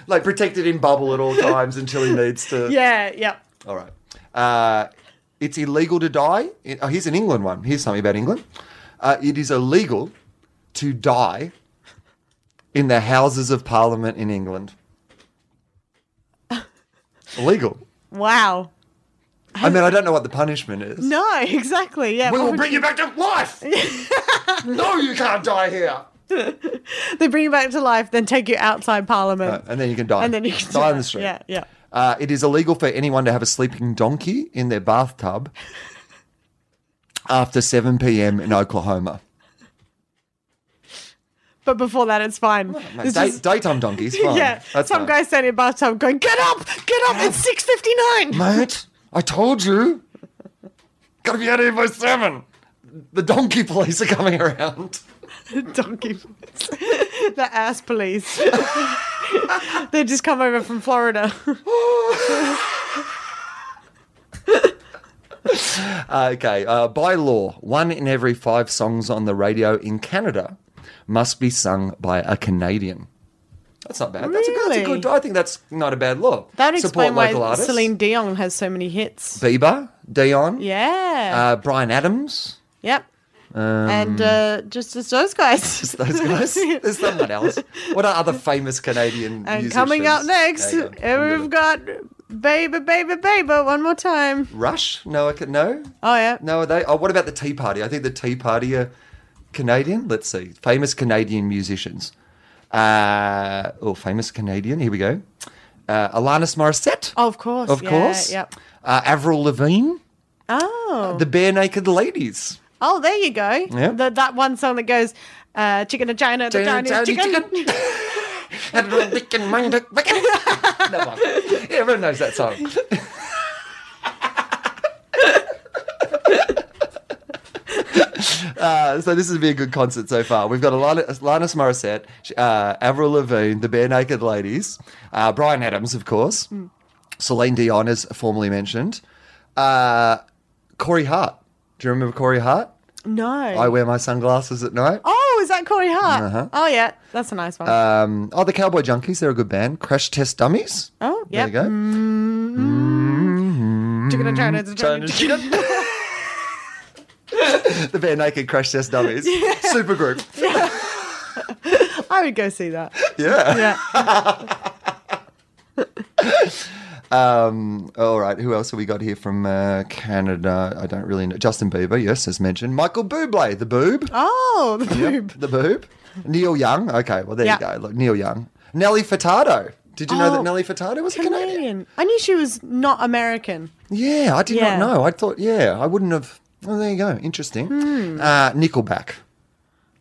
Speaker 2: like protected in bubble at all times until he needs to.
Speaker 3: yeah, yeah.
Speaker 2: All right. Uh, it's illegal to die. in- oh, here's an England one. Here's something about England. Uh, it is illegal to die in the Houses of Parliament in
Speaker 3: [laughs]
Speaker 2: England. Illegal.
Speaker 3: Wow.
Speaker 2: I mean, I don't know what the punishment is.
Speaker 3: No, [laughs] exactly. Yeah.
Speaker 2: We
Speaker 3: What
Speaker 2: will
Speaker 3: [laughs] would
Speaker 2: bring you back to
Speaker 3: [laughs]
Speaker 2: life. no, you can't die here.
Speaker 3: you- they bring you back to life, then take you outside Parliament,
Speaker 2: Uh, and then you can die.
Speaker 3: and then you can
Speaker 2: die
Speaker 3: [laughs]
Speaker 2: on the street.
Speaker 3: Yeah, yeah.
Speaker 2: Uh, it is illegal for anyone to have a sleeping donkey in their
Speaker 3: [laughs]
Speaker 2: bathtub after 7 p.m. in Oklahoma.
Speaker 3: But before that, it's fine.
Speaker 2: Mate,
Speaker 3: This
Speaker 2: day,
Speaker 3: is- [laughs]
Speaker 2: daytime donkeys, fine.
Speaker 3: yeah,
Speaker 2: That's fine.
Speaker 3: some guy standing in a bathtub going, "Get up, get up! It's six fifty nine.
Speaker 2: Mate, I told you. Gotta be out of here by seven. The donkey police are coming around.
Speaker 3: [laughs]
Speaker 2: [laughs]
Speaker 3: Donkey, police. [laughs] the ass police. [laughs] they just come over from Florida.
Speaker 2: Okay, uh, by law, one in every five songs on the radio in Canada must be sung by a Canadian. That's not bad. That's, a, good- that's a
Speaker 3: Really?
Speaker 2: good. I think that's not a bad law.
Speaker 3: That would
Speaker 2: Support
Speaker 3: explain why
Speaker 2: local artists.
Speaker 3: Celine Dion has so many hits.
Speaker 2: Bieber, Dion,
Speaker 3: Yeah.
Speaker 2: uh, Brian Adams.
Speaker 3: yep. and uh, just just those
Speaker 2: [laughs]
Speaker 3: guys.
Speaker 2: It's those
Speaker 3: [laughs]
Speaker 2: guys. There's someone else. What are other famous Canadian
Speaker 3: and
Speaker 2: musicians?
Speaker 3: coming up next, uh,
Speaker 2: Hang on, I'm
Speaker 3: we've
Speaker 2: gonna-
Speaker 3: got "Baby, Baby, Baby" one more time.
Speaker 2: Rush? No, I can no.
Speaker 3: Oh yeah.
Speaker 2: No, are they? Oh, what about the Tea Party? I think the Tea Party are Canadian. Let's see, famous Canadian musicians. Uh, oh, famous Canadian. Here we go. Uh, Alanis Morissette,
Speaker 3: Oh, of course.
Speaker 2: of
Speaker 3: yeah,
Speaker 2: course.
Speaker 3: Yep.
Speaker 2: Uh, Avril Lavigne,
Speaker 3: Oh.
Speaker 2: the Bare Naked Ladies.
Speaker 3: Oh, there you go.
Speaker 2: Yeah.
Speaker 3: The, that one song that goes, uh, chicken and China, the
Speaker 2: China,
Speaker 3: Chinese
Speaker 2: Chinese
Speaker 3: chicken.
Speaker 2: [laughs] No one. Everyone knows that song. Uh, so this has been a good concert so far. We've got Alanis, Alanis Morissette, uh, Avril Lavigne, the Bare Naked Ladies, uh, Brian Adams, of course, Celine Dion, as formerly mentioned, uh, Corey Hart. Do you remember Corey Hart?
Speaker 3: No.
Speaker 2: I Uh-huh. wear my sunglasses at night.
Speaker 3: oh, is that Corey Hart? Oh, yeah. That's a nice one.
Speaker 2: Um, oh, the Cowboy Junkies, they're a good band. Crash Test Dummies.
Speaker 3: oh, yeah.
Speaker 2: There you go.
Speaker 3: Chicken and China, the Chinese chicken.
Speaker 2: [laughs]
Speaker 3: [laughs]
Speaker 2: the Bare Naked Crash Test Dummies. Super group.
Speaker 3: I would go see that.
Speaker 2: Yeah. [laughs]
Speaker 3: Yeah.
Speaker 2: All right. Who else have we got here from uh, Canada? I don't really know. Justin Bieber, yes, as mentioned. Michael Bublé, the boob.
Speaker 3: Oh, the boob.
Speaker 2: The boob. Neil Young. Okay. Well, there
Speaker 3: Yeah.
Speaker 2: you go. Look, Neil Young. Nelly Furtado. Did you know that
Speaker 3: Oh,
Speaker 2: Nelly Furtado was a
Speaker 3: Canadian.
Speaker 2: Canadian?
Speaker 3: I knew she was not American.
Speaker 2: Yeah, I did
Speaker 3: Yeah.
Speaker 2: not know. I thought, yeah, I wouldn't have. Well, there you go. Interesting.
Speaker 3: Hmm.
Speaker 2: Uh, Nickelback,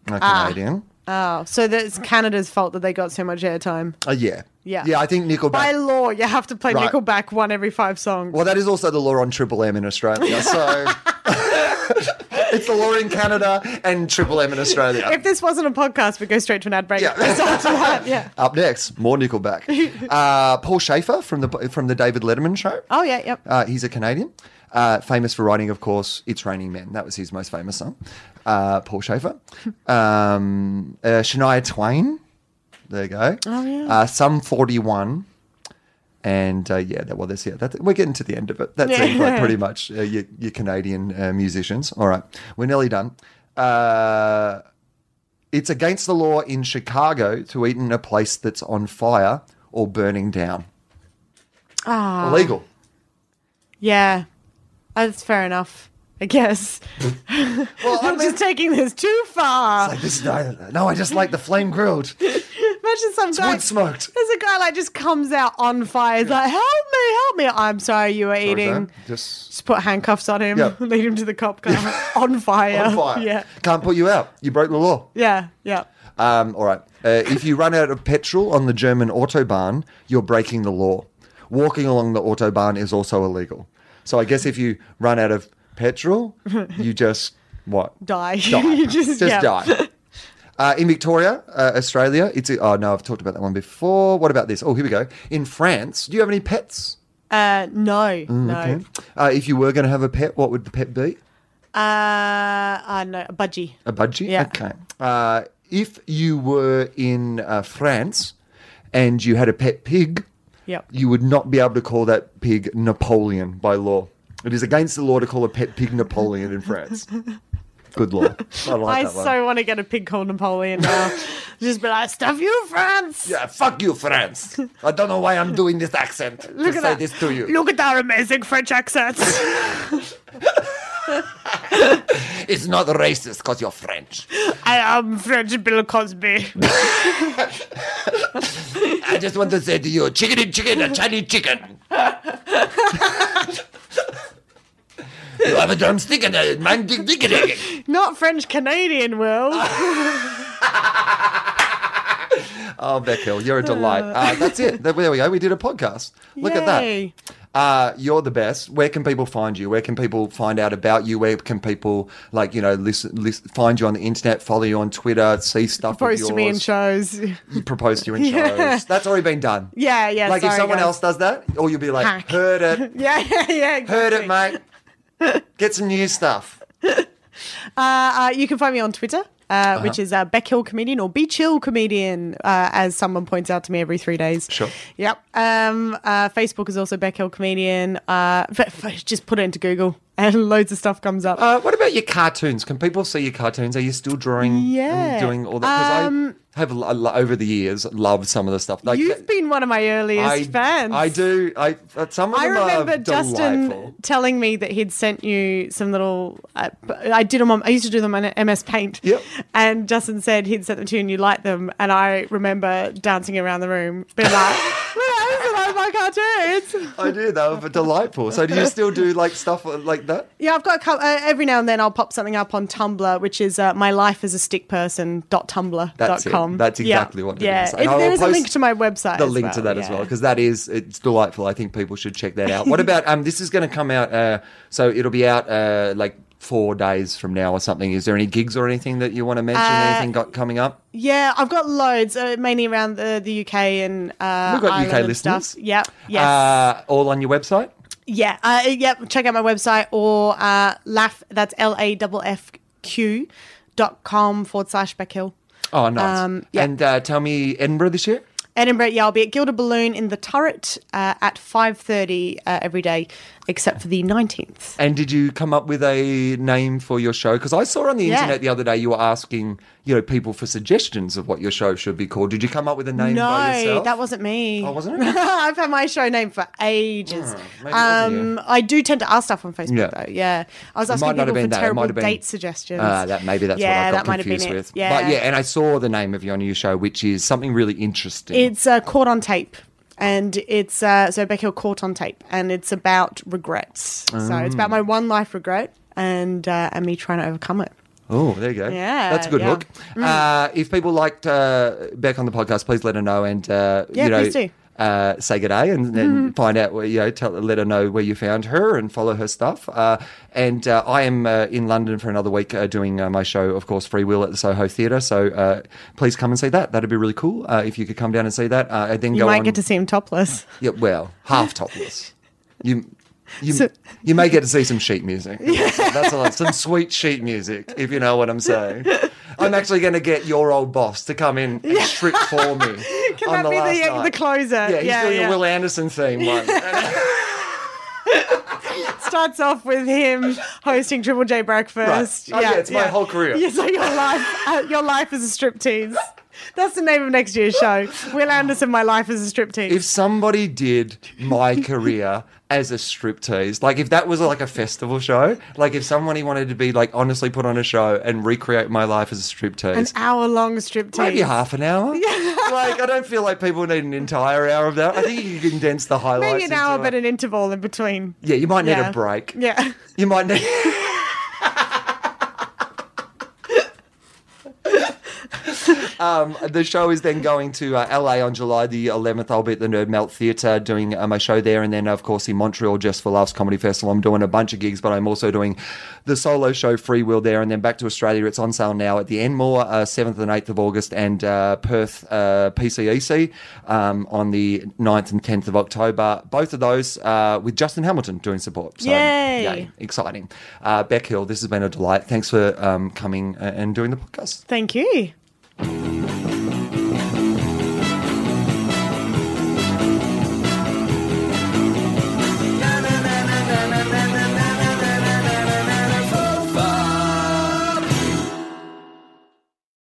Speaker 2: a
Speaker 3: Ah.
Speaker 2: Canadian.
Speaker 3: Oh, so that's Canada's fault that they got so much airtime.
Speaker 2: Oh, yeah.
Speaker 3: Yeah.
Speaker 2: Yeah, I think Nickelback.
Speaker 3: By law, you have to play
Speaker 2: Right.
Speaker 3: Nickelback one every five songs.
Speaker 2: Well, that is also the law on Triple M in
Speaker 3: [laughs]
Speaker 2: Australia. So [laughs] it's the law in Canada and Triple M in Australia.
Speaker 3: If this wasn't a podcast, we'd go straight to an ad break.
Speaker 2: Yeah.
Speaker 3: That's all to that, yeah.
Speaker 2: Up next, more
Speaker 3: [laughs]
Speaker 2: Nickelback. Uh, Paul Schaefer from the from the David Letterman show.
Speaker 3: Oh, yeah, yep.
Speaker 2: Uh, he's a Canadian, uh, famous for writing, of course, "It's Raining Men." That was his most famous song. Uh, Paul [laughs] Schaefer, um, uh, Shania Twain. There you go. Oh
Speaker 3: yeah.
Speaker 2: Uh, Some forty-one. And uh, yeah, that, well, that's yeah. That, we're getting to the end of it. That seems like pretty much uh, your, your Canadian uh, musicians. All right, we're nearly done. Uh, it's against the law in Chicago to eat in a place that's on fire or burning down. Ah, illegal.
Speaker 3: Yeah. Uh, That's fair enough, I guess.
Speaker 2: Well, I
Speaker 3: I'm just taking this too far.
Speaker 2: Like this, no, no, I just like the flame grilled,
Speaker 3: Imagine some guy.
Speaker 2: wood smoked.
Speaker 3: There's a guy like just comes out on fire. He's like, "Help me, help me! I'm sorry, you were eating."
Speaker 2: Just
Speaker 3: Just put handcuffs on him,
Speaker 2: Yeah.
Speaker 3: [laughs] lead him to the cop car [laughs] on fire.
Speaker 2: on fire.
Speaker 3: Yeah,
Speaker 2: Can't put you out. You broke the law.
Speaker 3: yeah, yeah.
Speaker 2: Um, all right. Uh, if you run out of petrol on the German autobahn, you're breaking the law. Walking along the autobahn is also illegal. So I guess if you run out of
Speaker 3: [laughs]
Speaker 2: petrol, you just what? [laughs]
Speaker 3: Die.
Speaker 2: die.
Speaker 3: [laughs] You just- yeah.
Speaker 2: die. Uh, in Victoria, uh, Australia, it's oh no, I've talked about that one before. What about this? Oh, here we go. In France, do you have any pets?
Speaker 3: Uh,
Speaker 2: Mm,
Speaker 3: no, no.
Speaker 2: Uh, if you were going to have a pet, what would the pet be?
Speaker 3: Uh, uh, no, a budgie.
Speaker 2: A budgie?
Speaker 3: Yeah.
Speaker 2: Okay. Uh, if you were in uh, France and you had a pet pig,
Speaker 3: Yep.
Speaker 2: you would not be able to call that pig Napoleon by law. It is against the law to call a pet pig Napoleon in France. Good law. I like
Speaker 3: I
Speaker 2: that one.
Speaker 3: so want to get a pig called
Speaker 2: [laughs]
Speaker 3: Napoleon now. just be like, stuff you, France.
Speaker 2: Yeah, fuck you, France. I don't know why I'm doing this accent to
Speaker 3: Look
Speaker 2: say
Speaker 3: at that.
Speaker 2: this to you.
Speaker 3: Look at our amazing
Speaker 2: [laughs]
Speaker 3: French accents.
Speaker 2: It's not racist because you're French.
Speaker 3: I am French Bill Cosby.
Speaker 2: I just want to say to you, chicken chicken, a Chinese chicken. you have a drumstick and a man dick dick
Speaker 3: Not French Canadian, Will.
Speaker 2: Oh, Beck Hill, you're a delight. Uh, that's it. There we go. We did a podcast. [laughs] Look at that.
Speaker 3: Yay.
Speaker 2: Uh, you're the best. Where can people find you? Where can people find out about you? Where can people, like, you know, listen, listen, find you on the internet, follow you on Twitter, see stuff of
Speaker 3: Post to me in
Speaker 2: yours?
Speaker 3: shows. [laughs]
Speaker 2: You propose to you in shows.
Speaker 3: Yeah.
Speaker 2: That's already been done.
Speaker 3: Yeah, yeah.
Speaker 2: like, if
Speaker 3: sorry,
Speaker 2: someone
Speaker 3: guys.
Speaker 2: else does that, or you'll be like,
Speaker 3: Hack.
Speaker 2: heard it,
Speaker 3: [laughs] Yeah, yeah, yeah.
Speaker 2: heard
Speaker 3: exactly.
Speaker 2: it, mate.
Speaker 3: [laughs]
Speaker 2: Get some new stuff.
Speaker 3: Uh, uh, you can find me on Twitter, uh,
Speaker 2: Uh-huh.
Speaker 3: which is uh, Beck Hill Comedian or Be Chill Comedian, uh, as someone points out to me every three days.
Speaker 2: Sure.
Speaker 3: Yep. Um, uh, Facebook is also Beck Hill Comedian. Uh, f- f- just put it into Google [laughs] and loads of stuff comes up.
Speaker 2: Uh, what about your cartoons? Can people see your cartoons? Are you still drawing?
Speaker 3: Yeah. Um,
Speaker 2: And doing all that? Because I have lo- lo- over the years loved some of the stuff. Like
Speaker 3: You've been one of my earliest
Speaker 2: I,
Speaker 3: fans.
Speaker 2: I do. I uh, some of
Speaker 3: I
Speaker 2: them
Speaker 3: remember
Speaker 2: are
Speaker 3: Justin
Speaker 2: delightful.
Speaker 3: telling me that he'd sent you some little. Uh, I did them on. I used to do them on MS Paint.
Speaker 2: Yep.
Speaker 3: And Justin said he'd [laughs] sent them to you and you liked them. And I remember dancing around the room, being like, "Look at this," and I'm my cartoons.
Speaker 2: I do. They
Speaker 3: [laughs]
Speaker 2: were delightful. So do you still do like stuff uh, like that?
Speaker 3: Yeah, I've got a couple, uh, every now and then I'll pop something up on Tumblr, which is uh, my life as a stick person dot tumblr
Speaker 2: That's
Speaker 3: dot
Speaker 2: it.
Speaker 3: com.
Speaker 2: That's
Speaker 3: Yeah.
Speaker 2: exactly what it
Speaker 3: yeah.
Speaker 2: is. And
Speaker 3: It,
Speaker 2: I will
Speaker 3: there is a
Speaker 2: post
Speaker 3: link to my website.
Speaker 2: the link to that as
Speaker 3: yeah.
Speaker 2: well because that is it's delightful. I think people should check that out. What about um? This is going to come out. Uh, so it'll be out uh like four days from now or something. Is there any gigs or anything that you want to mention?
Speaker 3: Uh,
Speaker 2: anything got coming up?
Speaker 3: Yeah, I've got loads, uh, mainly around the, the UK and uh,
Speaker 2: We've got
Speaker 3: Ireland
Speaker 2: UK
Speaker 3: and
Speaker 2: listeners.
Speaker 3: Stuff. Yeah, yes,
Speaker 2: Uh, all on your website.
Speaker 3: yeah, uh, yep. Check out my website or uh, laugh. That's l a f f q dot com forward slash Beck Hill.
Speaker 2: Oh, nice.
Speaker 3: Um, yeah.
Speaker 2: And uh, tell me Edinburgh this year.
Speaker 3: Edinburgh, yeah, I'll be at Gilda Balloon in the Turret uh, at five thirty uh, every day, except for the nineteenth.
Speaker 2: And did you come up with a name for your show? Because I saw on the
Speaker 3: Yeah.
Speaker 2: internet the other day you were asking, you know, people for suggestions of what your show should be called. Did you come up with a name by
Speaker 3: No,
Speaker 2: yourself?
Speaker 3: that wasn't me.
Speaker 2: Oh, wasn't it?
Speaker 3: [laughs]
Speaker 2: Hmm,
Speaker 3: I've had my show name for ages.
Speaker 2: maybe it wasn't
Speaker 3: um, I do tend to ask stuff on Facebook
Speaker 2: Yeah.
Speaker 3: though. Yeah, I was
Speaker 2: It
Speaker 3: asking
Speaker 2: might not have
Speaker 3: people for
Speaker 2: been that. It might
Speaker 3: terrible
Speaker 2: have been-
Speaker 3: date suggestions.
Speaker 2: Ah, that maybe that's
Speaker 3: Yeah,
Speaker 2: what I
Speaker 3: that might
Speaker 2: got
Speaker 3: have been
Speaker 2: confused
Speaker 3: it.
Speaker 2: with.
Speaker 3: Yeah.
Speaker 2: But yeah, and I saw the name of your new show, which is something really interesting.
Speaker 3: It's uh, caught on tape, and it's uh, so Beck Hill caught on tape, and it's about regrets. So it's
Speaker 2: Ah.
Speaker 3: about my one life regret and uh, and me trying to overcome it.
Speaker 2: oh, there you go.
Speaker 3: Yeah,
Speaker 2: that's a good
Speaker 3: yeah. Mm.
Speaker 2: hook. Uh, if people liked uh, Beck on the podcast, please let her know and uh,
Speaker 3: Yeah,
Speaker 2: you know.
Speaker 3: please do. Mm-hmm.
Speaker 2: Uh, say good day and then find out where you know. Tell, let her know where you found her and follow her stuff. Uh, and uh, I am uh, in London for another week uh, doing uh, my show, of course, Free Will at the Soho Theatre. So uh, please come and see that. That'd be really cool uh, if you could come down and see that. Uh, and then
Speaker 3: You
Speaker 2: go
Speaker 3: might
Speaker 2: on.
Speaker 3: get to see him topless.
Speaker 2: Yeah, well, half topless. You. You,
Speaker 3: So-
Speaker 2: you may get to see some sheet music. That's, that's a lot. Some sweet sheet music, if you know what I'm saying. I'm actually going to get your old boss to come in and strip [laughs] for me
Speaker 3: Can
Speaker 2: on
Speaker 3: that
Speaker 2: the
Speaker 3: be
Speaker 2: last
Speaker 3: the,
Speaker 2: night.
Speaker 3: the closer?
Speaker 2: Yeah, he's doing a Will Anderson theme [laughs] one.
Speaker 3: Starts off with him hosting Triple J Breakfast.
Speaker 2: Right. Oh, yeah, it's my whole career.
Speaker 3: Yeah, so your life, uh, your life is a striptease. That's the name of next year's show. Will Anderson, my life is a striptease.
Speaker 2: if somebody did my career as a striptease, like if that was like a festival show, like if somebody wanted to be like honestly put on a show and recreate my life as a striptease,
Speaker 3: An hour long striptease.
Speaker 2: Maybe half an
Speaker 3: [laughs]
Speaker 2: hour. like I don't feel like people need an entire hour of that. I think you can condense the highlights.
Speaker 3: Maybe an
Speaker 2: into
Speaker 3: hour,
Speaker 2: a-
Speaker 3: but an interval in between.
Speaker 2: yeah, you might need
Speaker 3: Yeah.
Speaker 2: a break.
Speaker 3: Yeah. [laughs]
Speaker 2: You might need. um, the show is then going to uh, LA on July the 11th. I'll be at the Nerd Melt Theatre doing uh, my show there. And then, of course, in Montreal, Just for Laughs Comedy Festival, I'm doing a bunch of gigs, but I'm also doing the solo show Free Will there. And then back to Australia, it's on sale now at the Enmore, uh, 7th and 8th of August, and uh, Perth uh, PCEC um, on the 9th and 10th of October. Both of those uh, with Justin Hamilton doing support. So,
Speaker 3: Yay.
Speaker 2: exciting. Uh, Beck Hill, this has been a delight. Thanks for um, coming uh, and doing the podcast.
Speaker 3: Thank you.